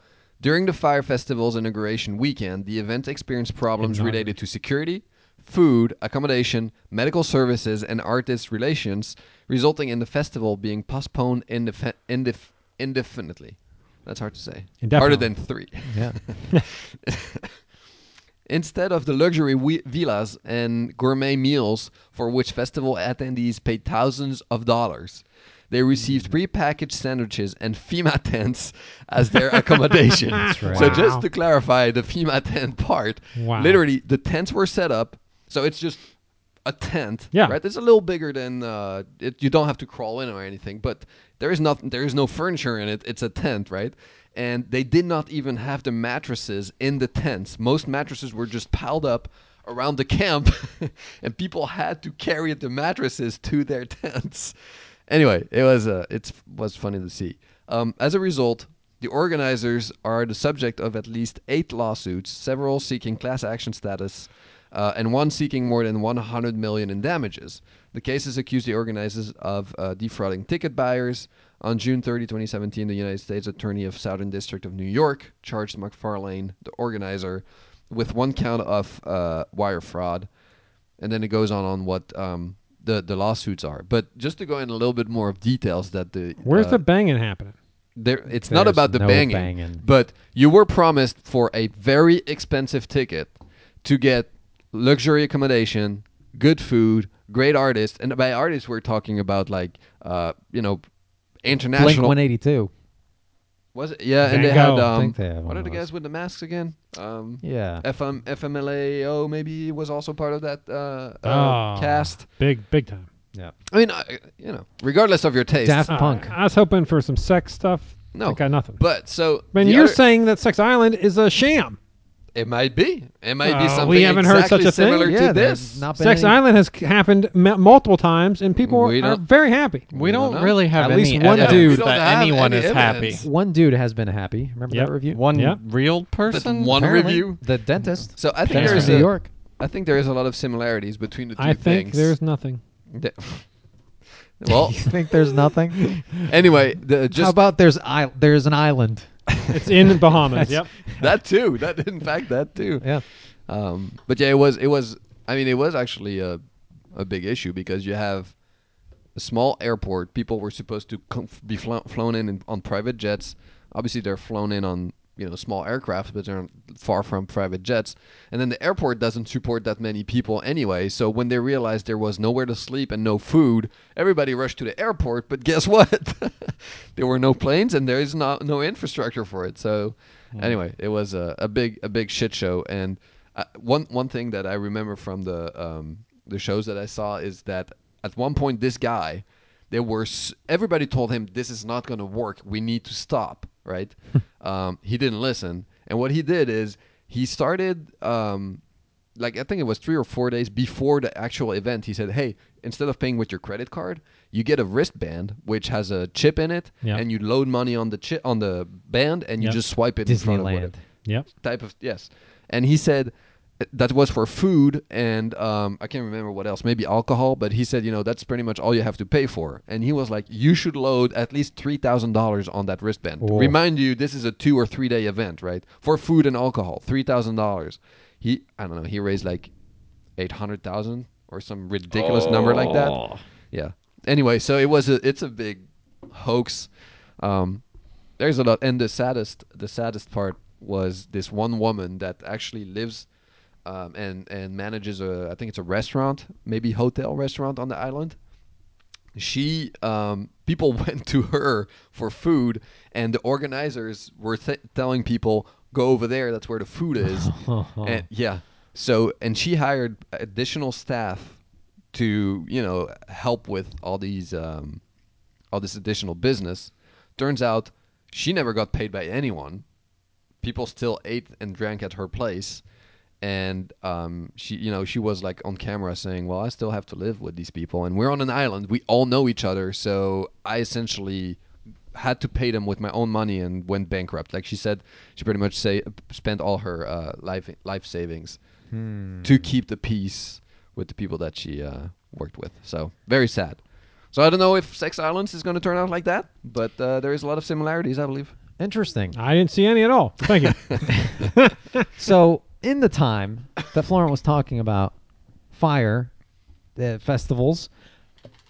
E: during the fire festival's inauguration weekend the event experienced problems related to security food accommodation medical services and artist relations resulting in the festival being postponed indef- indef- indefinitely that's hard to say harder
B: Indefinitely.
E: than three
D: Yeah.
E: Instead of the luxury wi- villas and gourmet meals for which festival attendees paid thousands of dollars, they received
B: Mm.
E: prepackaged sandwiches and FEMA tents as their accommodation.
D: right.
E: So,
B: Wow.
E: just to clarify the FEMA tent part,
B: Wow.
E: literally the tents were set up. So, it's just a tent,
B: Yeah.
E: right? It's a little bigger than uh, it, you don't have to crawl in or anything, but there is nothing. There is no furniture in it. It's a tent, right? And they did not even have the mattresses in the tents. Most mattresses were just piled up around the camp, and people had to carry the mattresses to their tents. Anyway, it was uh, it was funny to see. Um, as a result, the organizers are the subject of at least eight lawsuits, several seeking class action status, uh, and one seeking more than 100 million in damages. The cases accuse the organizers of uh, defrauding ticket buyers. On June 30, 2017, the United States Attorney of Southern District of New York charged McFarlane, the organizer, with one count of uh, wire fraud. And then it goes on on what um, the the lawsuits are. But just to go in a little bit more of details that the
B: Where's
E: uh,
B: the banging happening?
E: there, it's not
D: There's
E: about the
D: no
E: banging,
D: banging.
E: but you were promised for a very expensive ticket to get luxury accommodation, good food, great artists, and by artists we're talking about like uh, you know
D: Blink
E: international.
D: one eighty two.
E: Was it? Yeah, and
B: Van
E: they had
B: Gogh. I
E: um,
D: think they have
E: what
D: one
E: are
D: of
E: the
D: those.
E: guys with the masks again? Um,
D: Yeah.
E: FM FMLAO maybe was also part of that uh,
D: Ah.
E: uh,
B: Oh,
E: cast.
B: Big, big time.
D: Yeah.
E: I mean, I, you know, regardless of your taste.
D: Daft-
B: All
D: Punk.
B: right, I was hoping for some sex stuff.
E: No.
B: I got nothing.
E: but so
B: Man,
E: the
B: you're
E: other-
B: saying that Sex Island is a sham.
E: it might be it might
B: Oh,
E: be
B: we
E: something
B: haven't heard
E: exactly
B: such a thing?
E: similar
D: yeah,
E: to
D: there's
E: this.
D: Not been
B: Sex
D: any-
B: Island has c- happened ma- multiple times, and people
E: We
B: are,
E: don't-
B: very happy.
C: We
E: don't
C: don't
E: know.
C: really have
D: At
C: any
D: least one
C: evidence
E: dude- We don't
C: that
E: have
C: anyone
E: any
C: is
E: evidence.
C: happy.
D: One dude has been happy. Remember
B: Yep.
D: that review?
C: One
B: Yeah.
C: real
E: But
C: person.
E: one
C: apparently?
E: review.
D: The dentist.
E: So I
D: Dentist
E: think there
D: from
E: is
D: New
E: a,
D: York.
E: I think there is a lot of similarities between the two
B: I think
E: things.
B: there's nothing.
E: The- well,
D: You think there's nothing?
E: anyway, the,
D: How
E: just
D: about there's I- there's an island?
B: It's in Bahamas. yep.
E: that too. That in fact that too.
D: Yeah.
E: Um, but yeah, it was it was. I mean, it was actually a a big issue because you have a small airport. People were supposed to come, be flo- flown in, in on private jets. Obviously, they're flown in on you know small aircraft, but they're far from private jets. And then the airport doesn't support that many people anyway. So when they realized there was nowhere to sleep and no food, everybody rushed to the airport. But guess what? there were no planes, and there is not no infrastructure for it. So anyway, it was a, a big a big shit show. And uh, one one thing that I remember from the um, the shows that I saw is that at one point this guy, there were s- everybody told him this is not going to work. We need to stop. Right? um, he didn't listen, and what he did is he started. Um, like I think it was three or four days before the actual event, he said, "Hey, instead of paying with your credit card, you get a wristband which has a chip in it,
B: Yeah.
E: and you load money on the chip on the band, and you
B: Yeah.
E: just swipe it in front of
D: Disneyland.
E: whatever
B: Yep.
E: type of yes and he said uh, that was for food and um, i can't remember what else maybe alcohol but he said you know that's pretty much all you have to pay for and he was like you should load at least $3000 on that wristband
D: Oh.
E: remind you this is a two or three day event right for food and alcohol $3000 he i don't know he raised like 800000 or some ridiculous number like that yeah anyway so it was a it's a big hoax um, there's a lot and the saddest the saddest part was this one woman that actually lives um, and and manages a i think it's a restaurant maybe hotel restaurant on the island she um, people went to her for food and the organizers were th- telling people go over there that's where the food is and yeah so and she hired additional staff to you know help with all these um, all this additional business turns out she never got paid by anyone people still ate and drank at her place and um, she you know she was like on camera saying well i still have to live with these people and we're on an island we all know each other so i essentially had to pay them with my own money and went bankrupt like she said she pretty much say spent all her uh, life life savings to keep the peace with the people that she uh, worked with so very sad so i don't know if sex islands is going to turn out like that but uh, there is a lot of similarities i believe
D: Interesting.
B: I didn't see any at all. Thank you.
D: So in the time that Florent was talking about fire uh, festivals,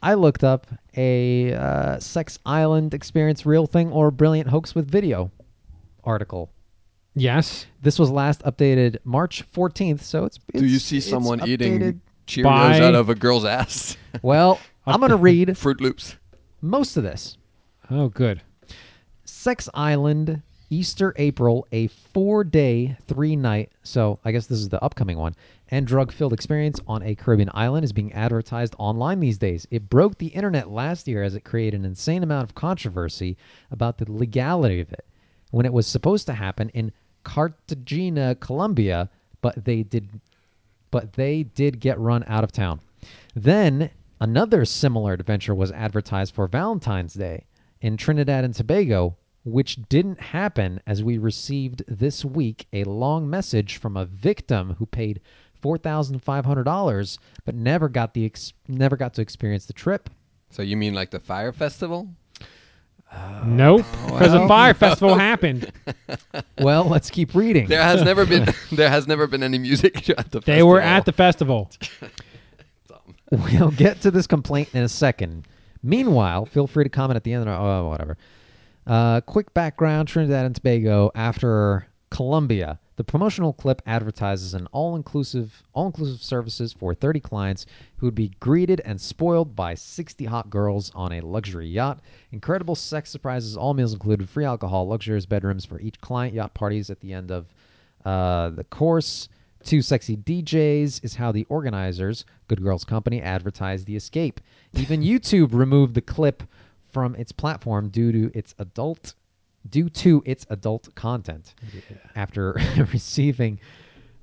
D: I looked up a uh, Sex Island Experience Real Thing or Brilliant Hoax with Video article.
B: yes.
D: This was last updated March 14th, so it's.
E: Do you
D: it's-
E: see
D: it's
E: someone
D: updated.
E: eating Cheerios
B: by-
E: out of a girl's ass?
D: Well, I'm going to read
E: Fruit Loops.
D: most of this.
B: Oh, good.
D: Sex Island, Easter, April, a four day, three night, so I guess this is the upcoming one, and drug filled experience on a Caribbean island is being advertised online these days. It broke the internet last year as it created an insane amount of controversy about the legality of it when it was supposed to happen in Cartagena, Colombia, but they did but they did get run out of town. Then another similar adventure was advertised for Valentine's Day in Trinidad and Tobago, which didn't happen as we received this week a long message from a victim who paid $4,500 but never got the ex- never got to experience the trip.
E: So you mean like the fire festival? Uh,
B: Nope. Because a fire festival happened.
D: Well, let's keep reading.
E: There has never been there has never been any music at the festival.
B: They were at the festival.
D: We'll get to this complaint in a second. Meanwhile, feel free to comment at the Uh, end. Of, oh, whatever. Uh, quick background: Trinidad and Tobago after Colombia. The promotional clip advertises an all-inclusive, all-inclusive services for 30 clients who would be greeted and spoiled by 60 hot girls on a luxury yacht. Incredible sex surprises, all meals included, free alcohol, luxurious bedrooms for each client. Yacht parties at the end of uh, the course. Two sexy DJs is how the organizers, Good Girls Company, advertised the escape. Even YouTube removed the clip from its platform due to its adult due to its adult content after receiving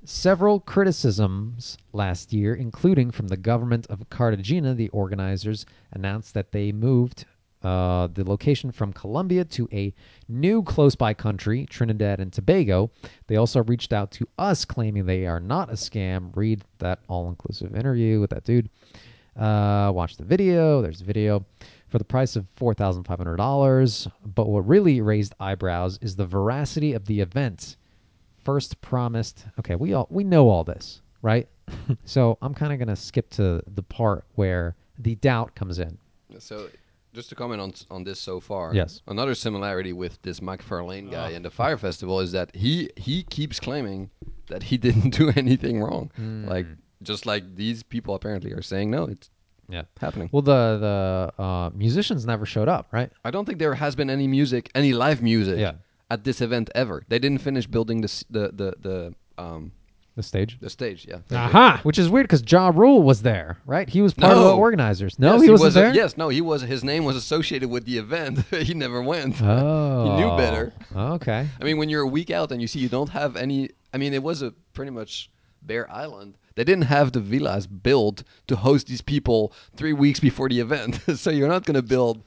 D: several criticisms last year including from the government of cartagena the organizers announced that they moved uh, the location from Colombia to a new close by country, Trinidad and Tobago. They also reached out to us claiming they are not a scam. Read that all inclusive interview with that dude. Uh, watch the video. There's a video for the price of four thousand five hundred dollars. But what really raised eyebrows is the veracity of the event. First promised. Okay, we all we know all this, right? so I'm kind of gonna skip to the part where the doubt comes in.
E: So, just to comment on on this so far.
D: Yes.
E: Another similarity with this McFarlane guy and the Fire Festival is that he he keeps claiming that he didn't do anything wrong. Like just like these people apparently are saying, no, it's
D: Yeah.
E: happening.
D: Well, the the uh, musicians never showed up, right?
E: I don't think there has been any music, any live music,
D: Yeah.
E: at this event ever. They didn't finish building the s- the the the um
D: The stage,
E: the stage. Yeah.
B: Aha!
D: which is weird because Ja Rule was there, right? He was part of the
E: No.
D: organizers. No,
E: Yes,
D: he, wasn't
E: was
D: there.
E: yes, no, he was. His name was associated with the event. he never went.
D: Oh,
E: He knew better.
D: Okay.
E: I mean, when you're a week out and you see you don't have any. I mean, it was a pretty much bare island. They didn't have the villas built to host these people three weeks before the event. so you're not going to build,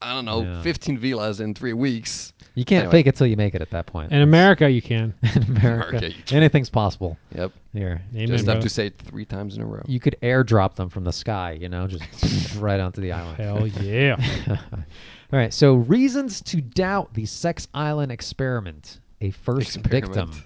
E: I don't know, 15 villas in three weeks.
D: You can't
E: Anyway.
D: fake it till you make it at that point.
B: In America, you can.
D: in America,
E: America, you can-
D: anything's possible.
E: Yep.
D: Here,
B: Amen,
E: Just
B: brother.
E: have to say it three times in a row.
D: you could airdrop them from the sky, you know, just right onto the island.
B: Hell yeah.
D: All right. So, reasons to doubt the sex island experiment, a first
E: Experiment.
D: victim.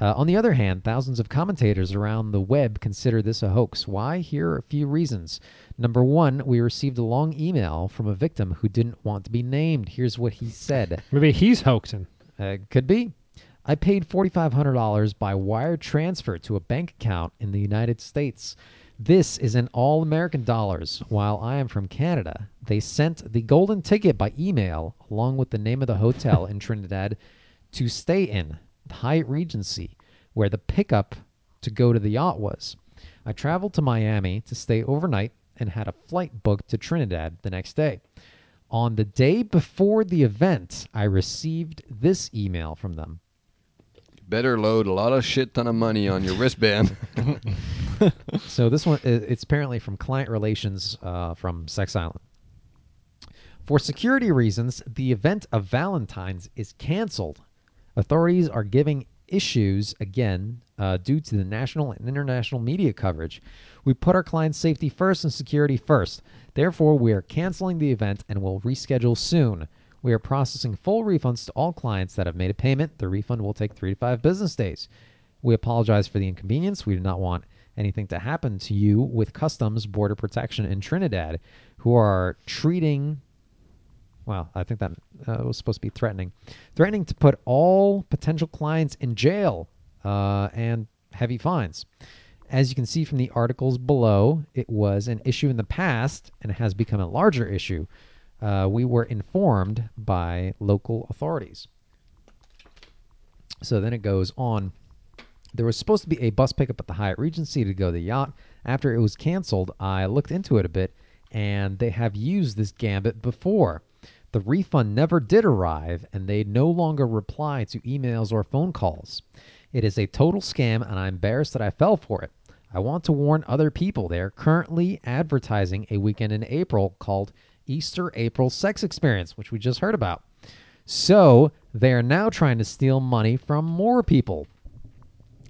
D: Uh, on the other hand, thousands of commentators around the web consider this a hoax. Why? Here are a few reasons. Number one, we received a long email from a victim who didn't want to be named. Here's what he said.
B: Maybe he's hoaxing.
D: Uh, could be. I paid $4,500 by wire transfer to a bank account in the United States. This is in all American dollars, while I am from Canada. They sent the golden ticket by email, along with the name of the hotel in Trinidad to stay in, the Hyatt Regency, where the pickup to go to the yacht was. I traveled to Miami to stay overnight and had a flight booked to Trinidad the next day. On the day before the event, I received this email from them.
E: Better load a lot of shit ton of money on your wristband.
D: So this one, i- it's apparently from client relations uh, from Sex Island. For security reasons, the event of Valentine's is canceled. Authorities are giving issues again uh, due to the national and international media coverage. We put our clients' safety first and security first. Therefore, we are canceling the event and will reschedule soon. We are processing full refunds to all clients that have made a payment. The refund will take three to five business days. We apologize for the inconvenience. We do not want anything to happen to you with Customs Border Protection in Trinidad, who are treating Wow, I think that uh, was supposed to be threatening. Threatening to put all potential clients in jail uh, and heavy fines. As you can see from the articles below, it was an issue in the past and has become a larger issue. Uh, we were informed by local authorities. So then it goes on. There was supposed to be a bus pickup at the Hyatt Regency to go to the yacht. After it was canceled, I looked into it a bit, and they have used this gambit before. The refund never did arrive, and they no longer reply to emails or phone calls. It is a total scam, and I'm embarrassed that I fell for it. I want to warn other people they are currently advertising a weekend in April called Easter April Sex Experience, which we just heard about. So they are now trying to steal money from more people.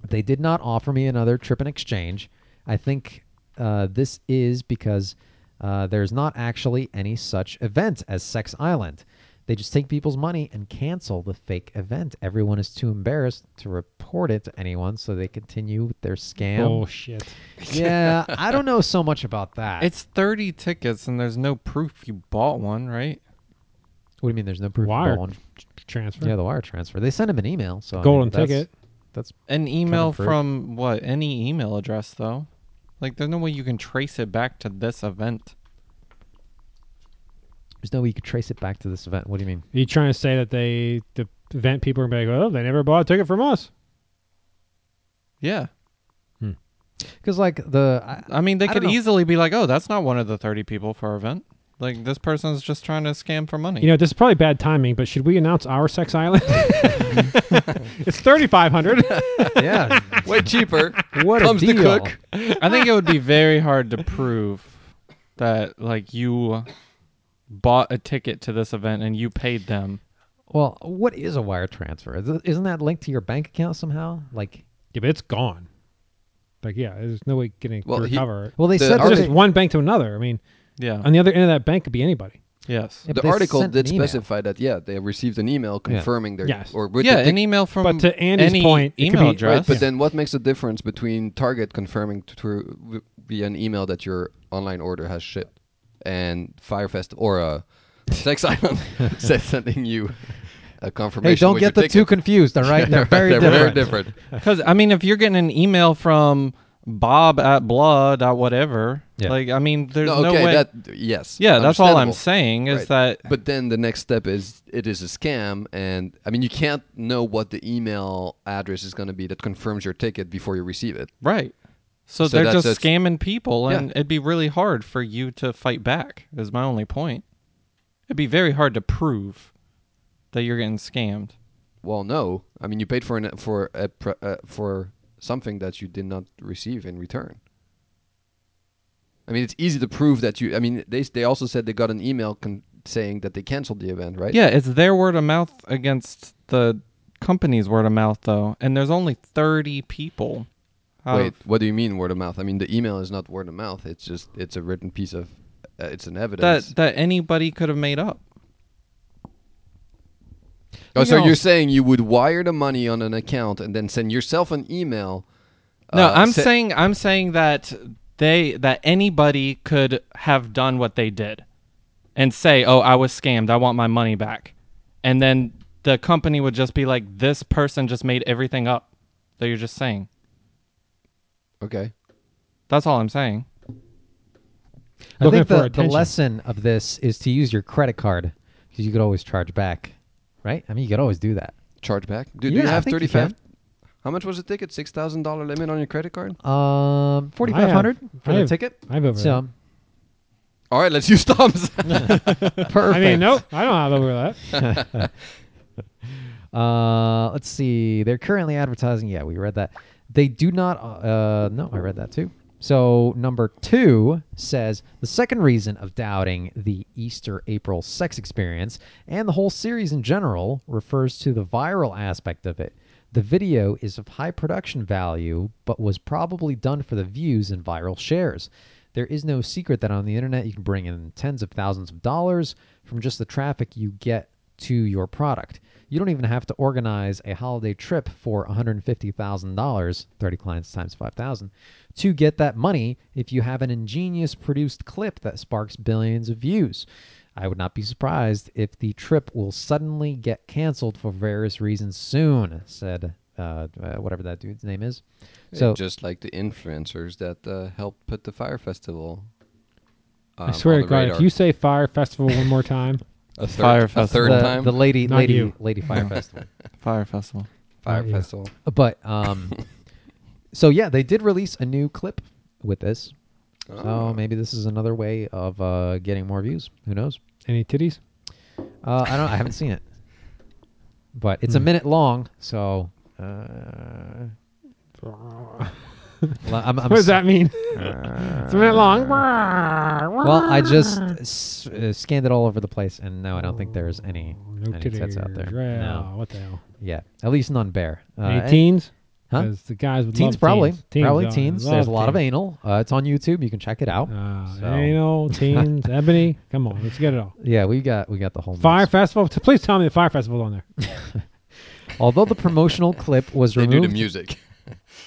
D: They did not offer me another trip in exchange. I think uh, this is because uh, there's not actually any such event as Sex Island. They just take people's money and cancel the fake event. Everyone is too embarrassed to report it to anyone, so they continue with their scam.
B: Bullshit.
D: Yeah, I don't know so much about that.
C: It's 30 tickets and there's no proof you bought one, right?
D: what do you mean? There's no proof. of
B: Wire
D: ball on-
B: transfer.
D: Yeah, the wire transfer. They sent him an email. So I mean,
B: Golden
D: that's-
B: ticket.
D: that's
C: An email
D: fruit.
C: from what? Any email address though. Like there's no way you can trace it back to this event.
D: there's no way you could trace it back to this event. What do you mean?
B: Are you trying to say that they the event people are gonna be like, oh, they never bought a ticket from us?
C: Yeah.
D: Because like the I,
C: I mean, they
D: I
C: could
D: don't know.
C: easily be like, "Oh, that's not one of the 30 people for our event." Like this person's just trying to scam for money.
B: You know, this is probably bad timing, but should we announce our sex island? it's thirty five hundred.
D: yeah,
E: Way cheaper.
D: what
E: Comes
D: a
E: the
D: deal.
E: cook.
C: I think it would be very hard to prove that like you bought a ticket to this event and you paid them.
D: Well, what is a wire transfer? Is- Isn't that linked to your bank account somehow? Like,
B: Yeah, but it's gone. Like, yeah, there's no way getting
E: Well,
B: to
E: he-
B: recover. it.
D: well, they
E: The
D: said
B: it's
D: that
E: article-
B: just
D: they-
B: one bank to another. I mean,
C: Yeah.
B: on the other end of that bank could be anybody.
C: yes.
D: Yeah, but
E: The
D: they
E: article
D: sent
E: did
D: an email.
E: specify that yeah they received an email confirming their
B: Yes.
E: or with
C: yeah,
E: the
C: an
E: tick-
C: email from
B: But to Andy's
C: any
B: point, it could
C: email
B: be-
C: address.
E: Right, but then what makes the difference between Target confirming through w- via an email that your online order has shipped and Firefest or uh, Sex Island said sending you a
D: Hey,
E: confirmation?
D: don't
E: with
D: get
E: your
D: the two
E: ticket?
D: confused. All right, they're very
E: They're
D: different.
E: different.
C: Because I mean, if you're getting an email from Bob at Blood at whatever,
D: Yeah.
C: like I mean, there's
E: No,
C: no,
E: okay,
C: way.
E: that yes.
C: yeah, that's all I'm
E: understandable.
C: saying is
E: Right.
C: that.
E: But then the next step is it is a scam, and I mean you can't know what the email address is going to be that confirms your ticket before you receive it.
C: right. So,
E: So
C: they're
E: that's-
C: just
E: that's-
C: scamming people, and
E: Yeah.
C: it'd be really hard for you to fight back. Is my only point. It'd be very hard to prove that you're getting scammed.
E: Well, no, I mean you paid for an, for a, pr- uh, for something that you did not receive in return. I mean it's easy to prove that you. I mean they they also said they got an email con- saying that they canceled the event, right?
C: Yeah, it's their word of mouth against the company's word of mouth, though, and there's only 30 people. out
E: Wait,
C: of-
E: what do you mean word of mouth? I mean the email is not word of mouth. It's just it's a written piece of uh, it's an evidence.
C: that that anybody could have made up.
E: Oh,
D: You
E: so
D: know-
E: you're saying you would wire the money on an account and then send yourself an email?
C: No,
E: uh,
C: I'm
E: sa-
C: saying I'm saying that they that anybody could have done what they did and say, "Oh, I was scammed. I want my money back." And then the company would just be like, "This person just made everything up." That you're just saying.
E: Okay.
C: That's all I'm saying.
D: I
B: Looking
D: think
B: for
D: the, the
B: attention.
D: lesson of this is to use your credit card because you could always charge back, right? I mean, you could always do that.
E: Charge back. Do, do
D: Yeah,
E: you
D: I
E: have
D: think you
E: 35? how much was the ticket? $6,000 limit on your credit card?
D: Um, forty five hundred for
B: I
D: the
B: have-
D: ticket.
B: I have over.
D: So
E: All right, let's use thumbs.
D: perfect.
B: that. I mean, nope, I don't have over that.
D: Uh, let's see. They're currently advertising. Yeah, we read that. They do not. Uh, no, I read that too. So number two says the second reason of doubting the Easter April sex experience and the whole series in general refers to the viral aspect of it. The video is of high production value, but was probably done for the views and viral shares. There is no secret that on the internet you can bring in tens of thousands of dollars from just the traffic you get to your product. You don't even have to organize a holiday trip for $150,000, 30 clients times 5,000, to get that money if you have an ingenious produced clip that sparks billions of views. I would not be surprised if the trip will suddenly get canceled for various reasons soon, said uh, uh, whatever that dude's name is. So,
E: Just like the influencers that uh, helped put the Fire Festival. um,
D: um,
B: I swear to God, if you say Fire Festival one more time,
E: a third,
C: Fyre
E: a
C: Festival.
E: third
D: the,
E: time,
D: the lady,
B: Not
D: lady,
B: you.
D: lady fire festival.
C: Fire festival.
E: Fyre
B: Not you.
E: Festival.
D: But um, so yeah, they did release a new clip with this. So
E: Oh.
D: maybe this is another way of uh, getting more views. Who knows?
B: any titties?
D: Uh, I don't. I haven't seen it, but it's a
B: Hmm.
D: minute long. So uh, well, I'm, I'm
B: What does
D: s-
B: that mean? it's a minute long.
D: Well, Uh, I just s- uh, scanned it all over the place, and no, I don't think there's any
B: Oh, No
D: any tits
B: titties
D: out there.
B: Yeah,
D: No.
B: what the hell?
D: Yeah, at least none bare. Uh,
B: Any
D: and-
B: teens?
D: Huh?
B: 'Cause The guys would
D: Teens
B: love
D: probably,
B: teens. teens.
D: probably
B: oh, they
D: teens.
B: love
D: There's a lot of
B: teens.
D: anal. Uh, it's on YouTube. You can check it out.
B: Uh,
D: So-
B: Anal teens, ebony. Come on, let's get it all.
D: Yeah, we got we got the whole mix.
B: Fire Festival. T- Please tell me the Fire Festival's on there.
D: Although the promotional clip was
E: They do the
D: removed
E: music.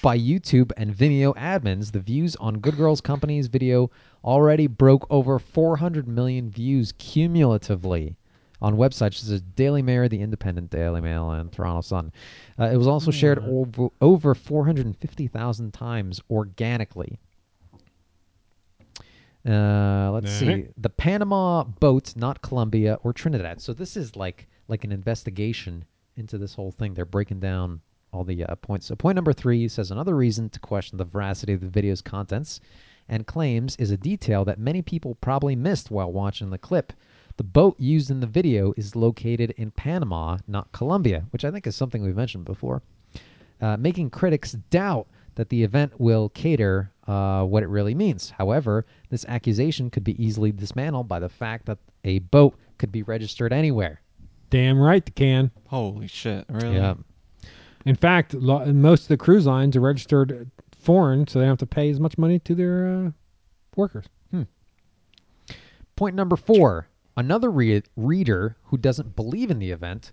D: by YouTube and Vimeo admins, the views on Good Girls Company's video already broke over 400 million views cumulatively. on websites such as Daily Mail, The Independent Daily Mail, and Toronto Sun. Uh, it was also shared over, over 450,000 times organically. Uh, let's
B: Alright.
D: see. The Panama boat, not Colombia or Trinidad. So this is like like an investigation into this whole thing. They're breaking down all the uh, points. So point number three says another reason to question the veracity of the video's contents and claims is a detail that many people probably missed while watching the clip. The boat used in the video is located in Panama, not Colombia, which I think is something we've mentioned before uh, making critics doubt that the event will cater uh, what it really means. However, this accusation could be easily dismantled by the fact that a boat could be registered anywhere.
B: Damn right they can.
C: Holy shit! Really?
B: In fact, lo- most of the cruise lines are registered foreign, so they don't have to pay as much money to their uh, workers.
D: Point number four another re- reader who doesn't believe in the event,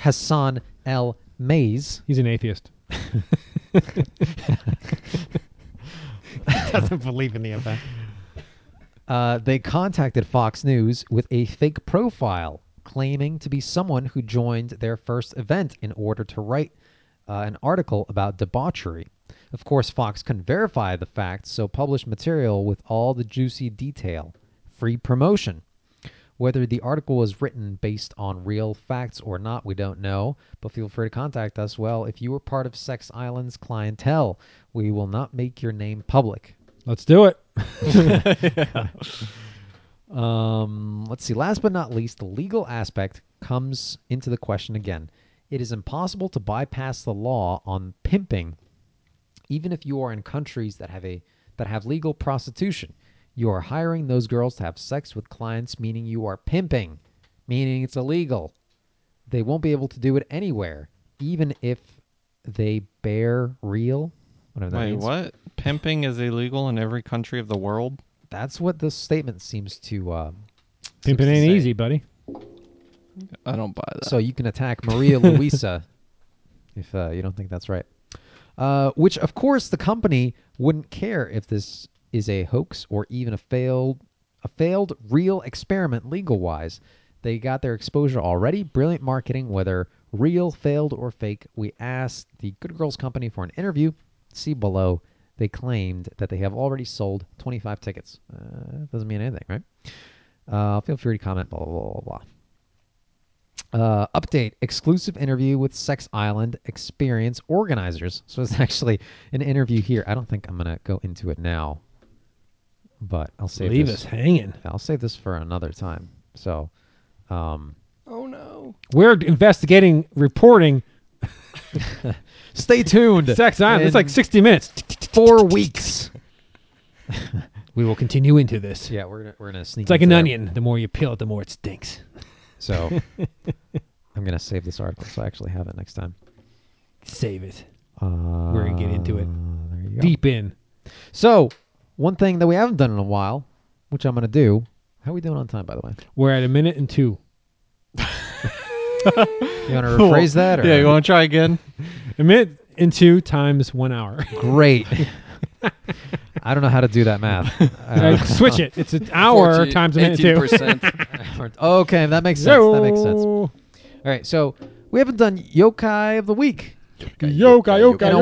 D: Hassan L. Mays.
B: He's an atheist. Doesn't believe in the event.
D: Uh, they contacted Fox News with a fake profile claiming to be someone who joined their first event in order to write uh, an article about debauchery. Of course, Fox couldn't verify the facts, so published material with all the juicy detail, free promotion. Whether the article was written based on real facts or not, we don't know, but feel free to contact us. Well, if you were part of Sex Island's clientele, we will not make your name public.
B: Let's do it.
D: Um, let's see. Last but not least, the legal aspect comes into the question again. It is impossible to bypass the law on pimping, even if you are in countries that have a that have legal prostitution. You are hiring those girls to have sex with clients, meaning you are pimping, meaning it's illegal. They won't be able to do it anywhere, even if they bear real. Whatever that
C: Wait,
D: means.
C: what? Pimping is illegal in every country of the world.
D: That's what this statement seems to. Uh,
B: Pimping ain't easy, buddy.
C: I don't buy that.
D: So you can attack Maria Luisa if uh, you don't think that's right. Uh, which, of course, the company wouldn't care if this is a hoax or even a failed, a failed real experiment legal wise. They got their exposure already. Brilliant marketing, whether real, failed, or fake. We asked the Good Girls Company for an interview. See below. They claimed that they have already sold 25 tickets. Uh, doesn't mean anything, right? Uh, feel free to comment. Blah blah blah blah. blah. Uh, update exclusive interview with Sex Island Experience organizers. So it's actually an interview here. I don't think I'm gonna go into it now, but I'll save
B: Leave
D: this.
B: us hanging.
D: I'll save this for another time. So, um,
E: Oh no.
B: We're investigating, reporting
D: stay tuned.
B: Sex Island. It's like
D: In
B: 60 minutes.
D: four weeks.
B: We will continue into this.
D: Yeah, we're gonna, we're gonna sneak.
B: It's like
D: into
B: an
D: there.
B: onion. The more you peel it, the more it stinks.
D: So I'm gonna save this article. So I actually have it next time.
B: Save it.
D: Uh, we're
B: gonna get into it.
D: Uh, There you go.
B: Deep in.
D: So, one thing that we haven't done in a while, which I'm going to do. How are we doing on time, by the way?
B: We're at a minute and two.
D: You want to rephrase that? Or
C: yeah, you want to try again?
B: A minute and two times one hour.
D: Great. I don't know how to do that math.
B: Uh,
D: Uh,
B: switch it. It's an hour times a minute and two.
E: 18%.
D: okay, that makes sense. That makes sense. All right, so we haven't done yokai of the week.
B: Yokai, yokai,
D: In a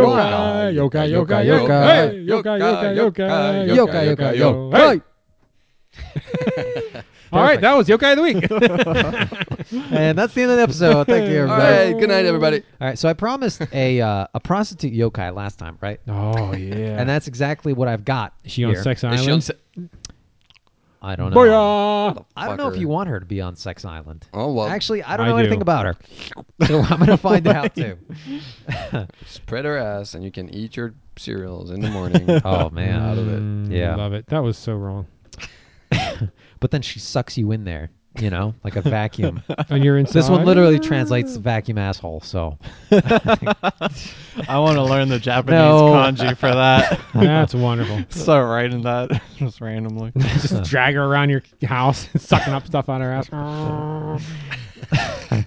B: yokai, yokai, yokai, yokai, Hey, yokai, yokai, yokai,
E: Yokai,
D: Yokai,
B: yokai,
D: yokai,
B: yokai,
D: yo.
B: yo. Hey. All right, that was yokai of the week.
D: And that's the end of the episode. Thank you,
E: All
D: everybody.
E: right. Good night, everybody.
D: All right, so I promised a uh, a prostitute yokai last time, right?
B: oh yeah.
D: And that's exactly what I've got.
B: Is she on
D: here.
B: Sex
E: Is she on
B: Island?
E: se-
D: I don't know.
B: Booyah!
D: I don't know if
E: Fucker.
D: you want her to be on Sex Island.
E: Oh well.
D: Actually, I don't
B: I
D: know anything
B: do.
D: about her, so I'm gonna find out too.
E: spread her ass, and you can eat your cereals in the morning.
D: Oh man,
E: out of it.
B: Mm,
D: Yeah.
B: Love it. That was so wrong.
D: But then she sucks you in there, you know, like a vacuum.
B: And you're inside.
D: this one literally translates to vacuum asshole. So
C: I want to learn the Japanese
D: No.
C: kanji for that.
B: That's wonderful.
C: so writing that just randomly.
B: Just drag her around your house, sucking up stuff on her Ah, ass.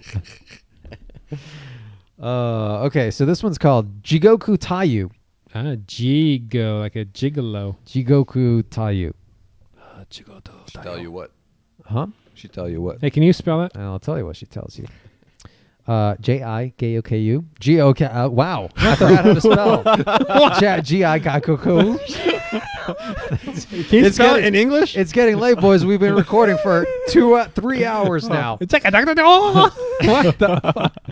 D: Uh, okay, so this one's called Jigoku Tayu.
B: Ah, jigo, like a gigolo.
D: Jigoku Tayu.
E: Tell you what.
D: Huh?
E: She tell you what.
B: Hey, can you spell it?
D: And I'll tell you what she tells you. Uh, J I K O K U G O K. uh, Wow, I forgot how to spell. Chat G I K O K U.
B: Can you
D: It's
B: spell
D: got
B: it
D: it.
B: in English?
D: It's getting late, boys. We've been recording for two, uh, three hours now.
B: It's like a doctor. Oh,
D: What the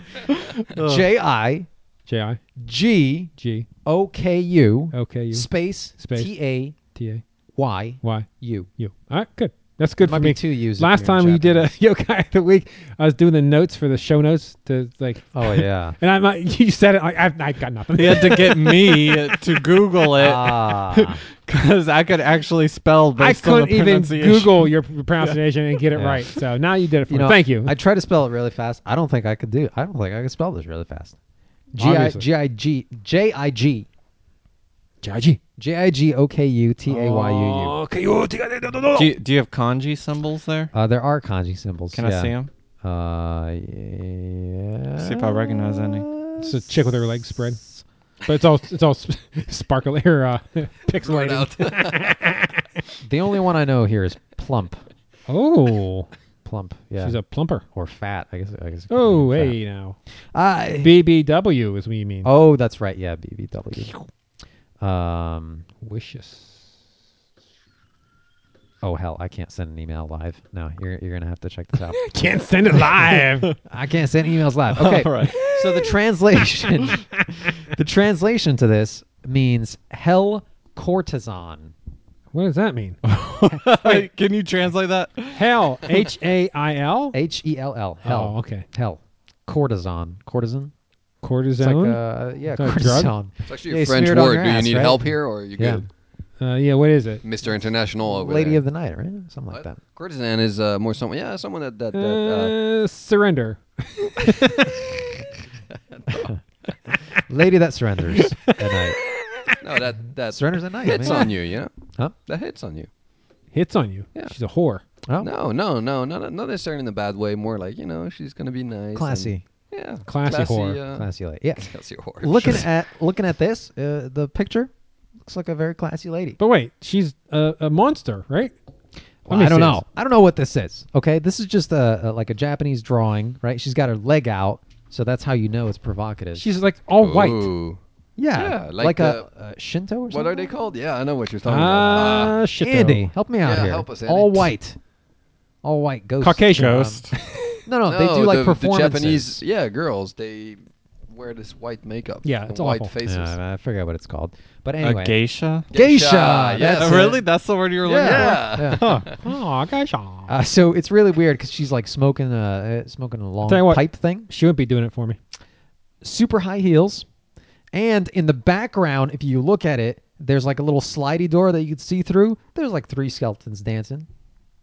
D: fuck? J I
B: J I
D: G
B: G
D: O K U
B: O K U
D: space
B: Space.
D: T A
B: T A
D: Y
B: Y
D: U.
B: U. All right, good. That's good
D: Might
B: for
D: be
B: me.
D: two U's. if
B: Last
D: you're in
B: time we did a
D: Japanese.
B: yokai of the week, I was doing the notes for the show notes to like,
D: Oh yeah.
B: and I'm like, you said it like I've, I got nothing.
C: He had to get me to Google it
D: Ah.
C: because I could actually spell
B: I
C: based on
B: couldn't
C: the
B: even
C: pronunciation.
B: Google your p- pronunciation and get it
D: Yeah.
B: right. So now you did it for
D: You
B: me.
D: know,
B: Thank you.
D: I try to spell it really fast. I don't think I could do. I don't think I could spell this really fast. G I
B: Obviously.
D: G I G J I G
B: Jaji.
D: J I G O K U T A Y U
B: Oh.
D: U.
C: Do you, do you have kanji symbols there?
D: Uh, there are kanji symbols.
C: Can
D: yeah.
C: I see them?
D: Uh, yeah.
C: See if I recognize any.
B: It's a chick with her legs spread, but it's all it's all sp- sparkly or uh, pixelated.
D: The only one I know here is plump.
B: Oh,
D: Plump. Yeah.
B: she's a plumper.
D: or fat. I guess. I guess. it could
B: Oh,
D: be fat.
B: hey now.
D: I-
B: BBW is what you mean.
D: oh, that's right. Yeah. BBW. Um.
B: wishes.
D: Oh hell, I can't send an email live. No, you're you're gonna have to check this out.
B: Can't send it live.
D: I can't send emails live. Okay.
C: All right.
D: So the translation, the translation to this means hell courtesan.
B: what does that mean?
C: Can you translate that?
B: Hell, H A I L.
D: H E L L. Hell.
B: Oh, okay.
D: Hell. Courtesan. Courtesan. It's
B: Cortisone.
D: like uh yeah,
B: It's like a drug?
D: courtesan.
E: It's actually a
D: They
E: French
D: smeared on
E: word.
D: your
E: Do you
D: ass,
E: need
D: right?
E: help here, or are you
D: Yeah.
E: good?
B: uh, yeah, what is it?
E: Mr. International over
D: Lady
E: there.
D: of the night, right? Something like that.
E: Courtesan is uh, more someone. Yeah, someone that that. that uh,
B: Uh, surrender.
D: Lady that surrenders at night.
E: no, that that
D: Surrenders at night.
E: hits
D: man.
E: on you. You know,
D: Huh?
E: that hits on you.
B: Hits on you.
E: Yeah.
B: She's a whore.
D: Oh,
E: No, no, no, not not necessarily in a bad way. More like you know, she's gonna be nice, and-
D: classy,
E: yeah,
B: Classy whore.
E: Uh,
D: classy lady. Yeah.
E: classy whore.
D: looking at looking at this, uh, the picture looks like a very classy lady.
B: But wait, she's a, a monster, right? Let
D: Well,
B: me
D: I don't
B: see
D: know.
B: this.
D: I don't know what this is. Okay, this is just a, a like a Japanese drawing, right? She's got her leg out, so that's how you know it's provocative.
B: She's like all
D: Oh,
B: white.
E: Ooh.
D: yeah,
E: yeah, like uh,
D: like, a, a Shinto or something.
E: What are they called? Yeah, I know what you're talking
B: Ah,
E: about. Ah,
B: shit.
D: Andy, help me out
E: Yeah,
D: here.
E: help us, Andy.
D: All white, all white ghost.
B: Caucasian.
D: Um,
B: Ghost.
D: no, no, Oh, they do
E: no,
D: like
E: the, the
D: performances.
E: Japanese, yeah, girls they wear this white makeup.
B: Yeah,
E: and
B: it's
E: white
B: awful.
E: faces.
D: Yeah, I forget what it's called, but anyway,
C: A geisha?
D: Geisha,
E: Geisha,
D: that's
E: yes.
C: Uh,
D: it.
C: really? That's the word you were looking for?
E: yeah.
D: Yeah.
B: oh, gosh. aw.
D: Uh, so it's really weird because she's like smoking a uh, smoking a long
B: Tell you what.
D: pipe thing,
B: she wouldn't be doing it for me.
D: super high heels, and in the background, if you look at it, there's like a little slidey door that you could see through. There's like three skeletons dancing.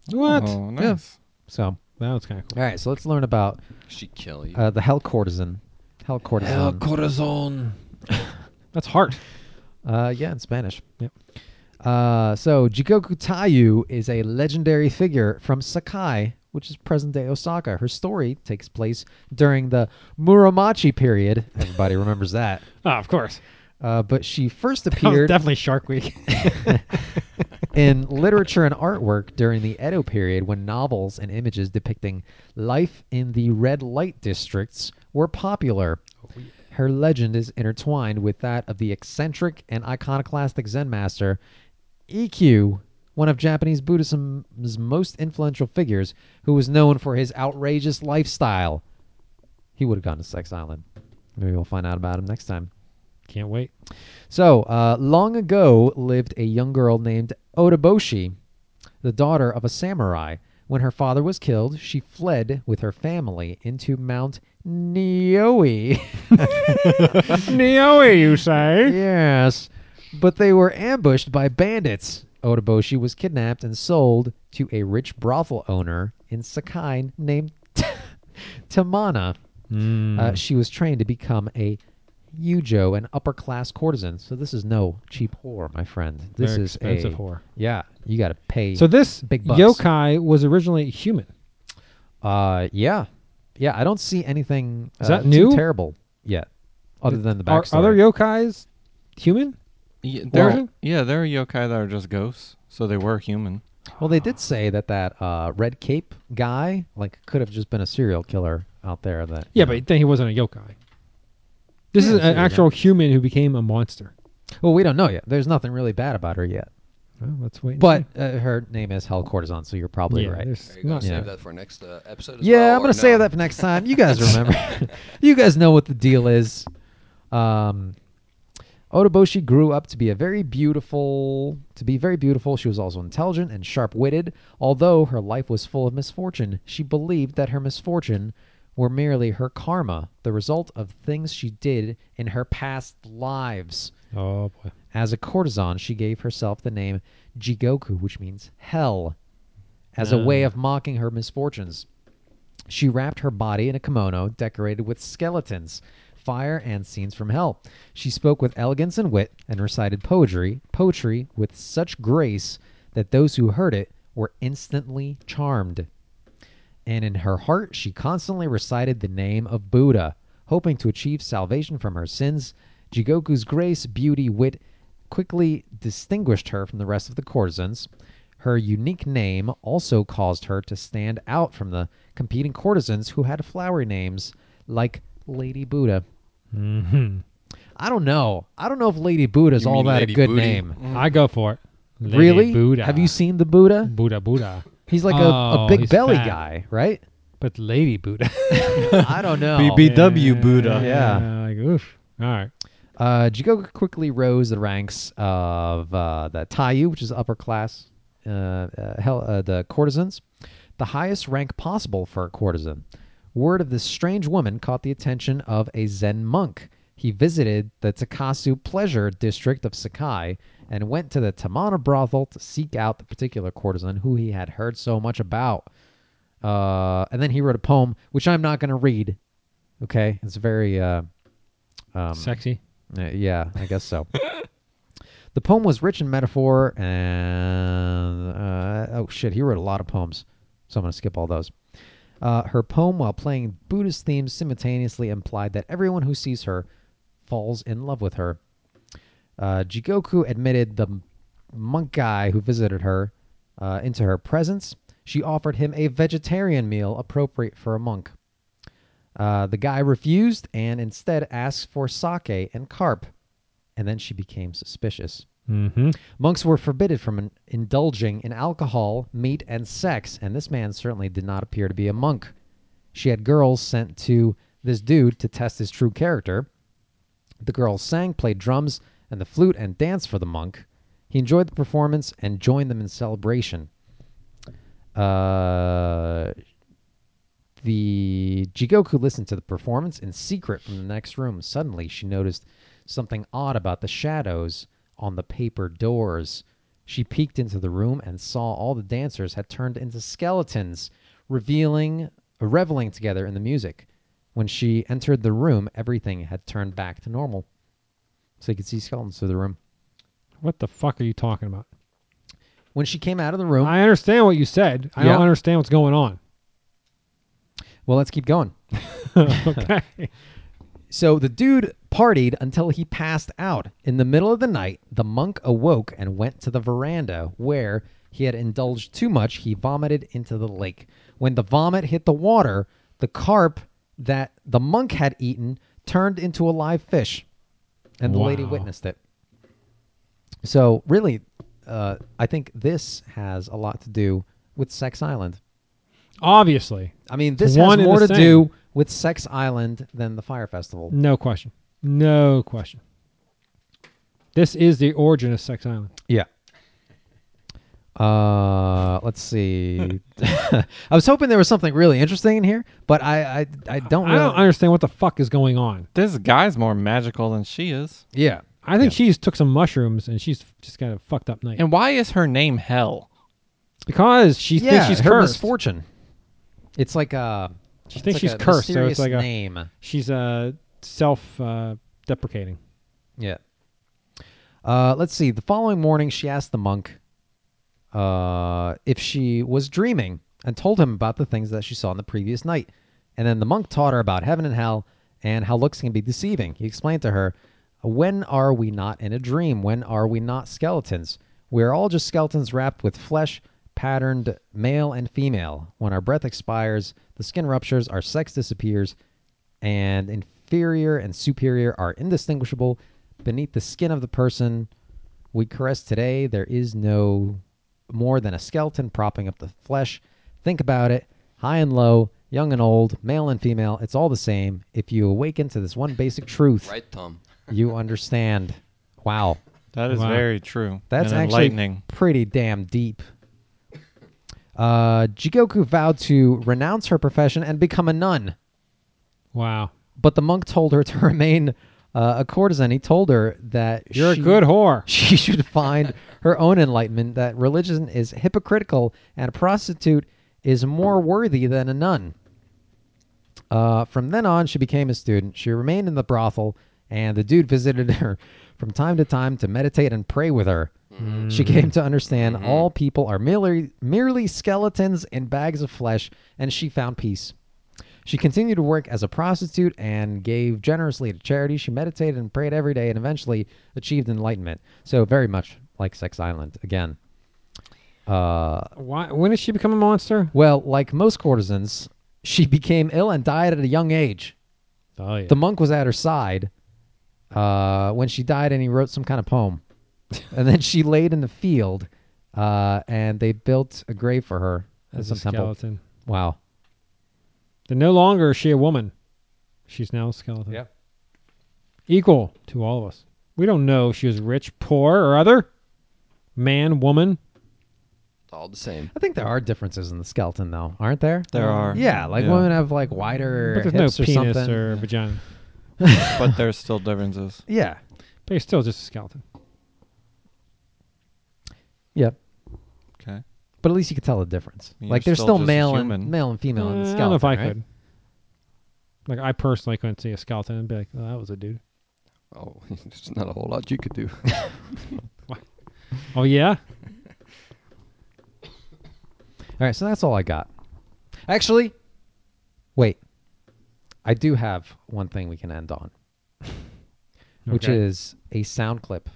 B: What?
C: Oh, nice.
D: So all
B: That was kind of cool.
D: right, so let's learn about
E: She kill you.
D: uh, um, the hell courtesan. Hell courtesan.
E: corazon.
B: That's hard.
D: uh, yeah, in Spanish.
B: Yep.
D: Uh, so Jigoku Tayu is a legendary figure from Sakai, which is present-day Osaka. Her story takes place during the Muromachi period. Everybody remembers that.
B: Oh, of course.
D: Uh, but she first
B: That was
D: appeared
B: definitely Shark Week.
D: in literature and artwork during the Edo period when novels and images depicting life in the red light districts were popular. Her legend is intertwined with that of the eccentric and iconoclastic Zen master Ikkyu, one of Japanese Buddhism's most influential figures, who was known for his outrageous lifestyle. He would have gone to Sex Island. Maybe we'll find out about him next time.
B: Can't wait.
D: So, uh, long ago lived a young girl named Otoboshi, the daughter of a samurai. When her father was killed, she fled with her family into Mount Nioi.
B: Neoe, you say?
D: yes. But they were ambushed by bandits. Otoboshi was kidnapped and sold to a rich brothel owner in Sakai named Tamana.
B: Hmm.
D: Uh, she was trained to become a Yujo, an upper class courtesan. So this is no cheap whore, my friend. This
B: Very
D: is
B: expensive
D: a
B: whore.
D: Yeah, you got to pay.
B: So this
D: Big bucks.
B: yokai was originally human.
D: uh, yeah, yeah. I don't see anything
B: Is
D: uh,
B: that
D: too
B: new?
D: terrible yet, other than the
B: Are
D: backstory.
B: other yokais human?
C: Yeah, there,
B: Well-
C: yeah, there are yokai that are just ghosts, so they were human.
D: Well, they did say that that uh, red cape guy like could have just been a serial killer out there. That
B: Yeah, but then he wasn't a yokai. This
D: Yeah,
B: is
D: so you
B: an
D: got-
B: actual human who became a monster.
D: well, we don't know yet. There's nothing really bad about her yet.
B: Well, let's wait. and
D: But
B: see.
D: uh, her name is Hell Cortizon, so you're probably
B: Mm-hmm. yeah,
D: right.
B: there's
E: There you go.
B: not-
E: Save
D: Yeah.
E: that for next uh, episode. As
D: Yeah,
E: well,
D: I'm
E: or
D: gonna save
E: no?
D: that for next time. You guys remember. you guys know what the deal is. Um, Otoboshi grew up to be a very beautiful, to be very beautiful. She was also intelligent and sharp-witted. Although her life was full of misfortune, she believed that her misfortune were merely her karma, the result of things she did in her past lives.
B: Oh boy.
D: As a courtesan, she gave herself the name Jigoku, which means hell, as a way of mocking her misfortunes. She wrapped her body in a kimono decorated with skeletons, fire, and scenes from hell. She spoke with elegance and wit and recited poetry, poetry with such grace that those who heard it were instantly charmed. And in her heart, she constantly recited the name of Buddha, hoping to achieve salvation from her sins. Jigoku's grace, beauty, wit quickly distinguished her from the rest of the courtesans. Her unique name also caused her to stand out from the competing courtesans who had flowery names like Lady Buddha.
B: hmm
D: I don't know. I don't know if Lady Buddha is
E: You
D: all
E: mean
D: that
E: Lady
D: a good
E: Booty?
D: name.
B: I go for it. Lady
D: really?
B: Buddha.
D: Have you seen the Buddha?
B: Buddha Buddha?
D: He's like a, a
B: Oh,
D: big
B: he's
D: belly
B: fat.
D: guy, right?
B: But Lady Buddha.
D: I don't know.
C: BBW Buddha.
D: Yeah.
B: Like oof. All right.
D: Uh, Jigoku quickly rose the ranks of uh, the Taiyu, which is upper class, uh, uh, hell, uh, the courtesans, the highest rank possible for a courtesan. Word of this strange woman caught the attention of a Zen monk. He visited the Takasu Pleasure District of Sakai and went to the Tamana brothel to seek out the particular courtesan who he had heard so much about. Uh, and then he wrote a poem, which I'm not going to read. Okay, it's very uh, um,
B: Sexy.
D: uh, yeah, I guess so. the poem was rich in metaphor, and uh, oh shit, he wrote a lot of poems, so I'm gonna skip all those. Uh, her poem, while playing Buddhist themes simultaneously, implied that everyone who sees her falls in love with her. Uh, Jigoku admitted the m- monk guy who visited her uh, into her presence. She offered him a vegetarian meal appropriate for a monk. Uh, the guy refused and instead asked for sake and carp, and then she became suspicious.
B: Mm-hmm.
D: Monks were forbidden from in- indulging in alcohol, meat, and sex, and this man certainly did not appear to be a monk. She had girls sent to this dude to test his true character. The girls sang, played drums and the flute, and danced for the monk. He enjoyed the performance and joined them in celebration. Uh, the Jigoku listened to the performance in secret from the next room. Suddenly, she noticed something odd about the shadows on the paper doors. She peeked into the room and saw all the dancers had turned into skeletons, revealing reveling together in the music. When she entered the room, everything had turned back to normal. So you could see skeletons through the room.
B: What the fuck are you talking about?
D: When she came out of the room,
B: I understand what you said. I
D: Yeah.
B: don't understand what's going on.
D: well, let's keep going.
B: okay.
D: So the dude partied until he passed out. In the middle of the night, the monk awoke and went to the veranda where he had indulged too much. He vomited into the lake. When the vomit hit the water, the carp that the monk had eaten turned into a live fish, and the lady
B: Wow.
D: witnessed it. So, really, uh, I think this has a lot to do with Sex Island.
B: Obviously,
D: I mean, this
B: one
D: has
B: and
D: more to
B: the
D: do with Sex Island than the Fire Festival.
B: no question. No question. This is the origin of Sex Island.
D: Yeah. Uh, let's see. I was hoping there was something really interesting in here, but I I, I don't
B: I
D: Oh, really.
B: don't understand what the fuck is going on.
C: This guy's more magical than she is.
D: yeah.
B: I think she's took some mushrooms and she's just got a fucked up night.
C: And why is her name Hell?
B: because she
D: yeah,
B: thinks she's
D: her
B: cursed.
D: misfortune. It's like a.
B: She
D: it's
B: thinks
D: like
B: she's
D: a
B: cursed, so it's
D: mysterious
B: like a-
D: name.
B: She's uh, self uh, deprecating.
D: Yeah. Uh, let's see. The following morning, she asked the monk uh, if she was dreaming and told him about the things that she saw in the previous night. And then the monk taught her about heaven and hell and how looks can be deceiving. He explained to her, When are we not in a dream? When are we not skeletons? We're all just skeletons wrapped with flesh, patterned male and female. When our breath expires, the skin ruptures, our sex disappears, and inferior and superior are indistinguishable beneath the skin of the person we caress today. There is no more than a skeleton propping up the flesh. Think about it high and low, young and old, male and female, it's all the same. If you awaken to this one basic truth,
E: Right, Tom.
D: you understand. Wow.
C: That is
B: Wow.
C: very true.
D: That's
C: and
D: actually
C: enlightening.
D: pretty damn deep. Uh, Jigoku vowed to renounce her profession and become a nun,
B: Wow.
D: but the monk told her to remain uh, a courtesan. He told her that
B: You're
D: she,
B: a good whore.
D: she should find her own enlightenment, that religion is hypocritical and a prostitute is more worthy than a nun. Uh, from then on, she became a student. She remained in the brothel, and the dude visited her from time to time to meditate and pray with her. She came to understand all people are merely, merely skeletons in bags of flesh, and she found peace. She continued to work as a prostitute and gave generously to charity. She meditated and prayed every day and eventually achieved enlightenment. So, very much like Sex Island again. Uh,
B: Why? When did she become a monster?
D: well, like most courtesans, she became ill and died at a young age.
B: Oh yeah.
D: The monk was at her side uh, when she died, and he wrote some kind of poem. and then she laid in the field, uh, and they built a grave for her at
B: As a
D: some temple.
B: skeleton.
D: Wow.
B: Then no longer is she a woman. She's now a skeleton. Equal to all of us. We don't know if she was rich, poor, or other. Man, woman.
E: All the same.
D: I think there are differences in the skeleton, though, aren't there?
C: There are.
D: Yeah, like
C: Yeah.
D: women have like wider
B: But there's no
D: hips or
B: penis
D: something.
B: or vagina.
C: but there's still differences.
D: Yeah.
B: But you're still just a skeleton.
D: Yeah.
C: Okay.
D: But at least you could tell the difference.
C: You're
D: like there's
C: still
D: still
C: just a
D: male and
C: human.
D: male and female in the
B: Uh, I
D: skeleton.
B: don't know if I
D: right?
B: could. Like I personally couldn't see a skeleton and be like, oh, that was a dude.
E: Oh, there's not a whole lot you could do.
B: Oh yeah.
D: All right, so that's all I got. Actually, wait. I do have one thing we can end on, which
B: Okay.
D: is a sound clip.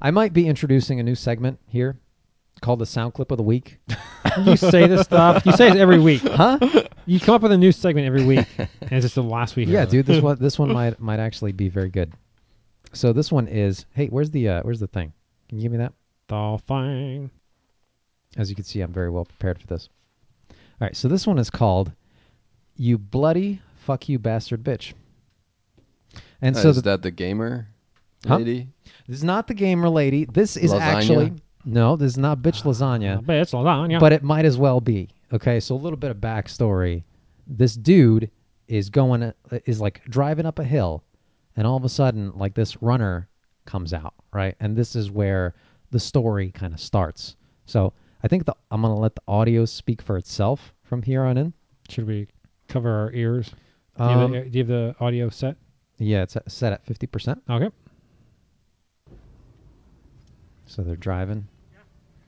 D: I might be introducing a new segment here called the Sound Clip of the Week.
B: you say this stuff. You say it every week.
D: Huh?
B: You come up with a new segment every week, and it's just the last week.
D: yeah,
B: of it.
D: dude, this one this one might might actually be very good. So this one is, hey, where's the uh, where's the thing? Can you give me that?
B: The thing.
D: As you can see, I'm very well prepared for this. All right, so this one is called "You Bloody Fuck You Bastard Bitch," and so
E: is
D: the,
E: that the gamer
D: Huh?
E: lady?
D: this is not the gamer lady. This is
E: Lasagna?
D: actually no, this is not bitch lasagna,
B: But it's lasagna.
D: but it might as well be. Okay, so a little bit of backstory: this dude is going uh, is like driving up a hill, and all of a sudden, like this runner comes out, right? And this is where the story kind of starts. So I think the, I'm gonna let the audio speak for itself from here on in.
B: should we cover our ears? Do,
D: Um,
B: you have the, do you have the audio set?
D: Yeah, it's at- set at fifty percent,
B: Okay.
D: so they're driving.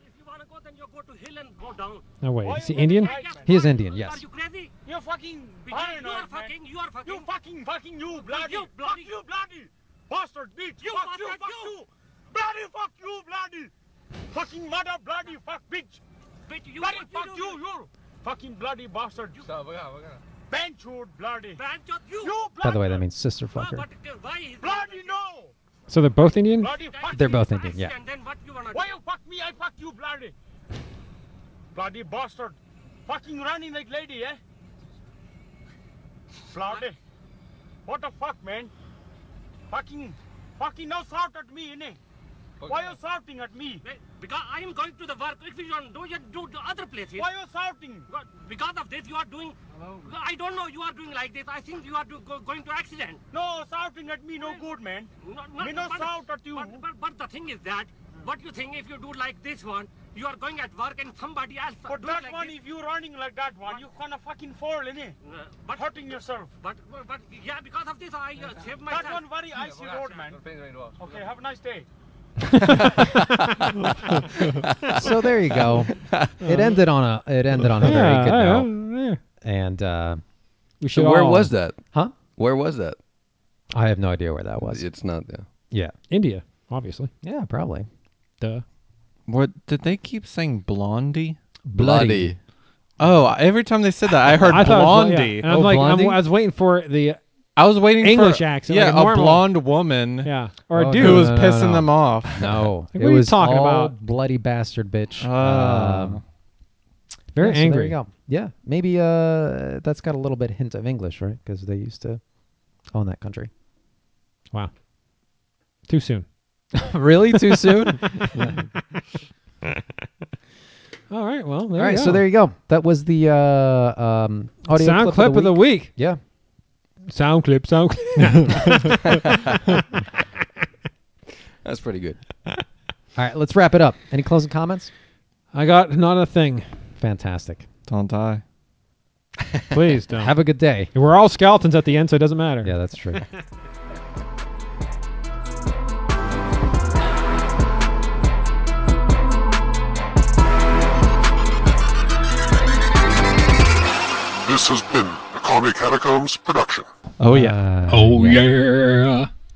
F: If you wanna go, then you go to hill and go down.
B: No wait. Is he Indian?
D: He is Indian, yes.
F: Are you crazy?
G: You fucking
F: Because you are
G: paranoid, man.
F: fucking, you are fucking.
G: You fucking fucking you bloody.
F: You bloody.
G: Fuck you bloody. Bastard bitch.
F: You
G: fuck you.
F: bastard,
G: Fuck
F: you.
G: you. Bloody fuck you bloody. Fucking mother bloody fuck bitch.
F: Bitch, you
G: bloody
F: what
G: fuck
F: do?
G: you. You fucking bloody bastard. You. Bench wood bloody.
F: Branch out you.
G: You bloody.
D: By the way, that means sister
F: Ah,
D: fucker.
F: but uh, why is
G: Bloody no.
B: So they're both Indian.
G: Bloody fuck.
D: They're
G: you.
D: both Indian, yeah.
F: And then what you wanna
G: Why
F: do?
G: you fuck me? I fuck you bloody. Bloody bastard. Fucking running like lady, eh? Bloody. What the fuck, man? Fucking, fucking now shout at me, innit? Why you shouting at me?
F: Well, Because I am going to the work. If you don't do, you do the other places.
G: Why you shouting?
F: Because- Because of this, you are doing. I don't know. You are doing like this. I think you are do, go, going to accident.
G: No, shouting at me no good, man.
F: Not,
G: Me no shout at you.
F: But, but, but the thing is that, what you think if you do like this one, you are going at work and somebody else.
G: But
F: do
G: that
F: like
G: one,
F: this.
G: if you running like that one, you gonna fucking fall, innit?
F: Uh, but,
G: Hurting yourself.
F: but, but, but, yeah, because of this, I uh, saved myself.
G: That one very icy road, man. Okay, have a nice day.
D: so there you go. It ended on a it ended on a very
B: Yeah,
D: good
B: I
D: note.
B: know, yeah.
D: And uh,
B: We should.
E: So where
B: all-
E: was that?
D: huh?
E: Where was that?
D: I have no idea where that was.
E: It's not there.
D: yeah.
B: India? Obviously.
D: Yeah, probably.
B: Duh.
C: What did they keep saying? Blondie.
D: Bloody.
C: Oh, every time they said that, I heard
B: I thought it was- yeah.
C: Blondie.
B: And I'm
D: Oh,
B: like, I'm,
D: Blondie?
B: I was waiting for the uh,
C: I was waiting
B: English
C: for
B: accent,
C: Yeah,
B: like a
C: a
B: normal-
C: blonde woman
B: yeah or
D: Oh,
B: a
D: no,
B: dude.
C: who was
D: no, no,
C: pissing
D: no.
C: them off.
D: No,
B: Like,
D: it
B: what are you
D: was
B: talking
D: all
B: about?
D: bloody bastard bitch.
C: Ah.
D: Um,
B: Very
D: yeah, so there
B: angry.
D: you go. Yeah, maybe uh, that's got a little bit hint of English, right? Because they used to own that country.
B: Wow. Too soon.
D: really? Too soon?
B: All right. Well, there
D: All
B: you
D: right,
B: go.
D: so there you go. That was the uh, um, audio
B: sound
D: clip of the week.
B: week.
D: Yeah.
B: Sound clip. Sound. clip.
E: That's pretty good.
D: All right, let's wrap it up. Any closing comments?
B: I got not a thing.
D: Fantastic.
C: Don't die.
B: Please don't.
D: Have a good day.
B: We're all skeletons at the end, so it doesn't matter.
D: Yeah, that's true.
A: This has been a Comic Catacombs production.
C: Oh yeah.
D: Uh,
B: Oh yeah.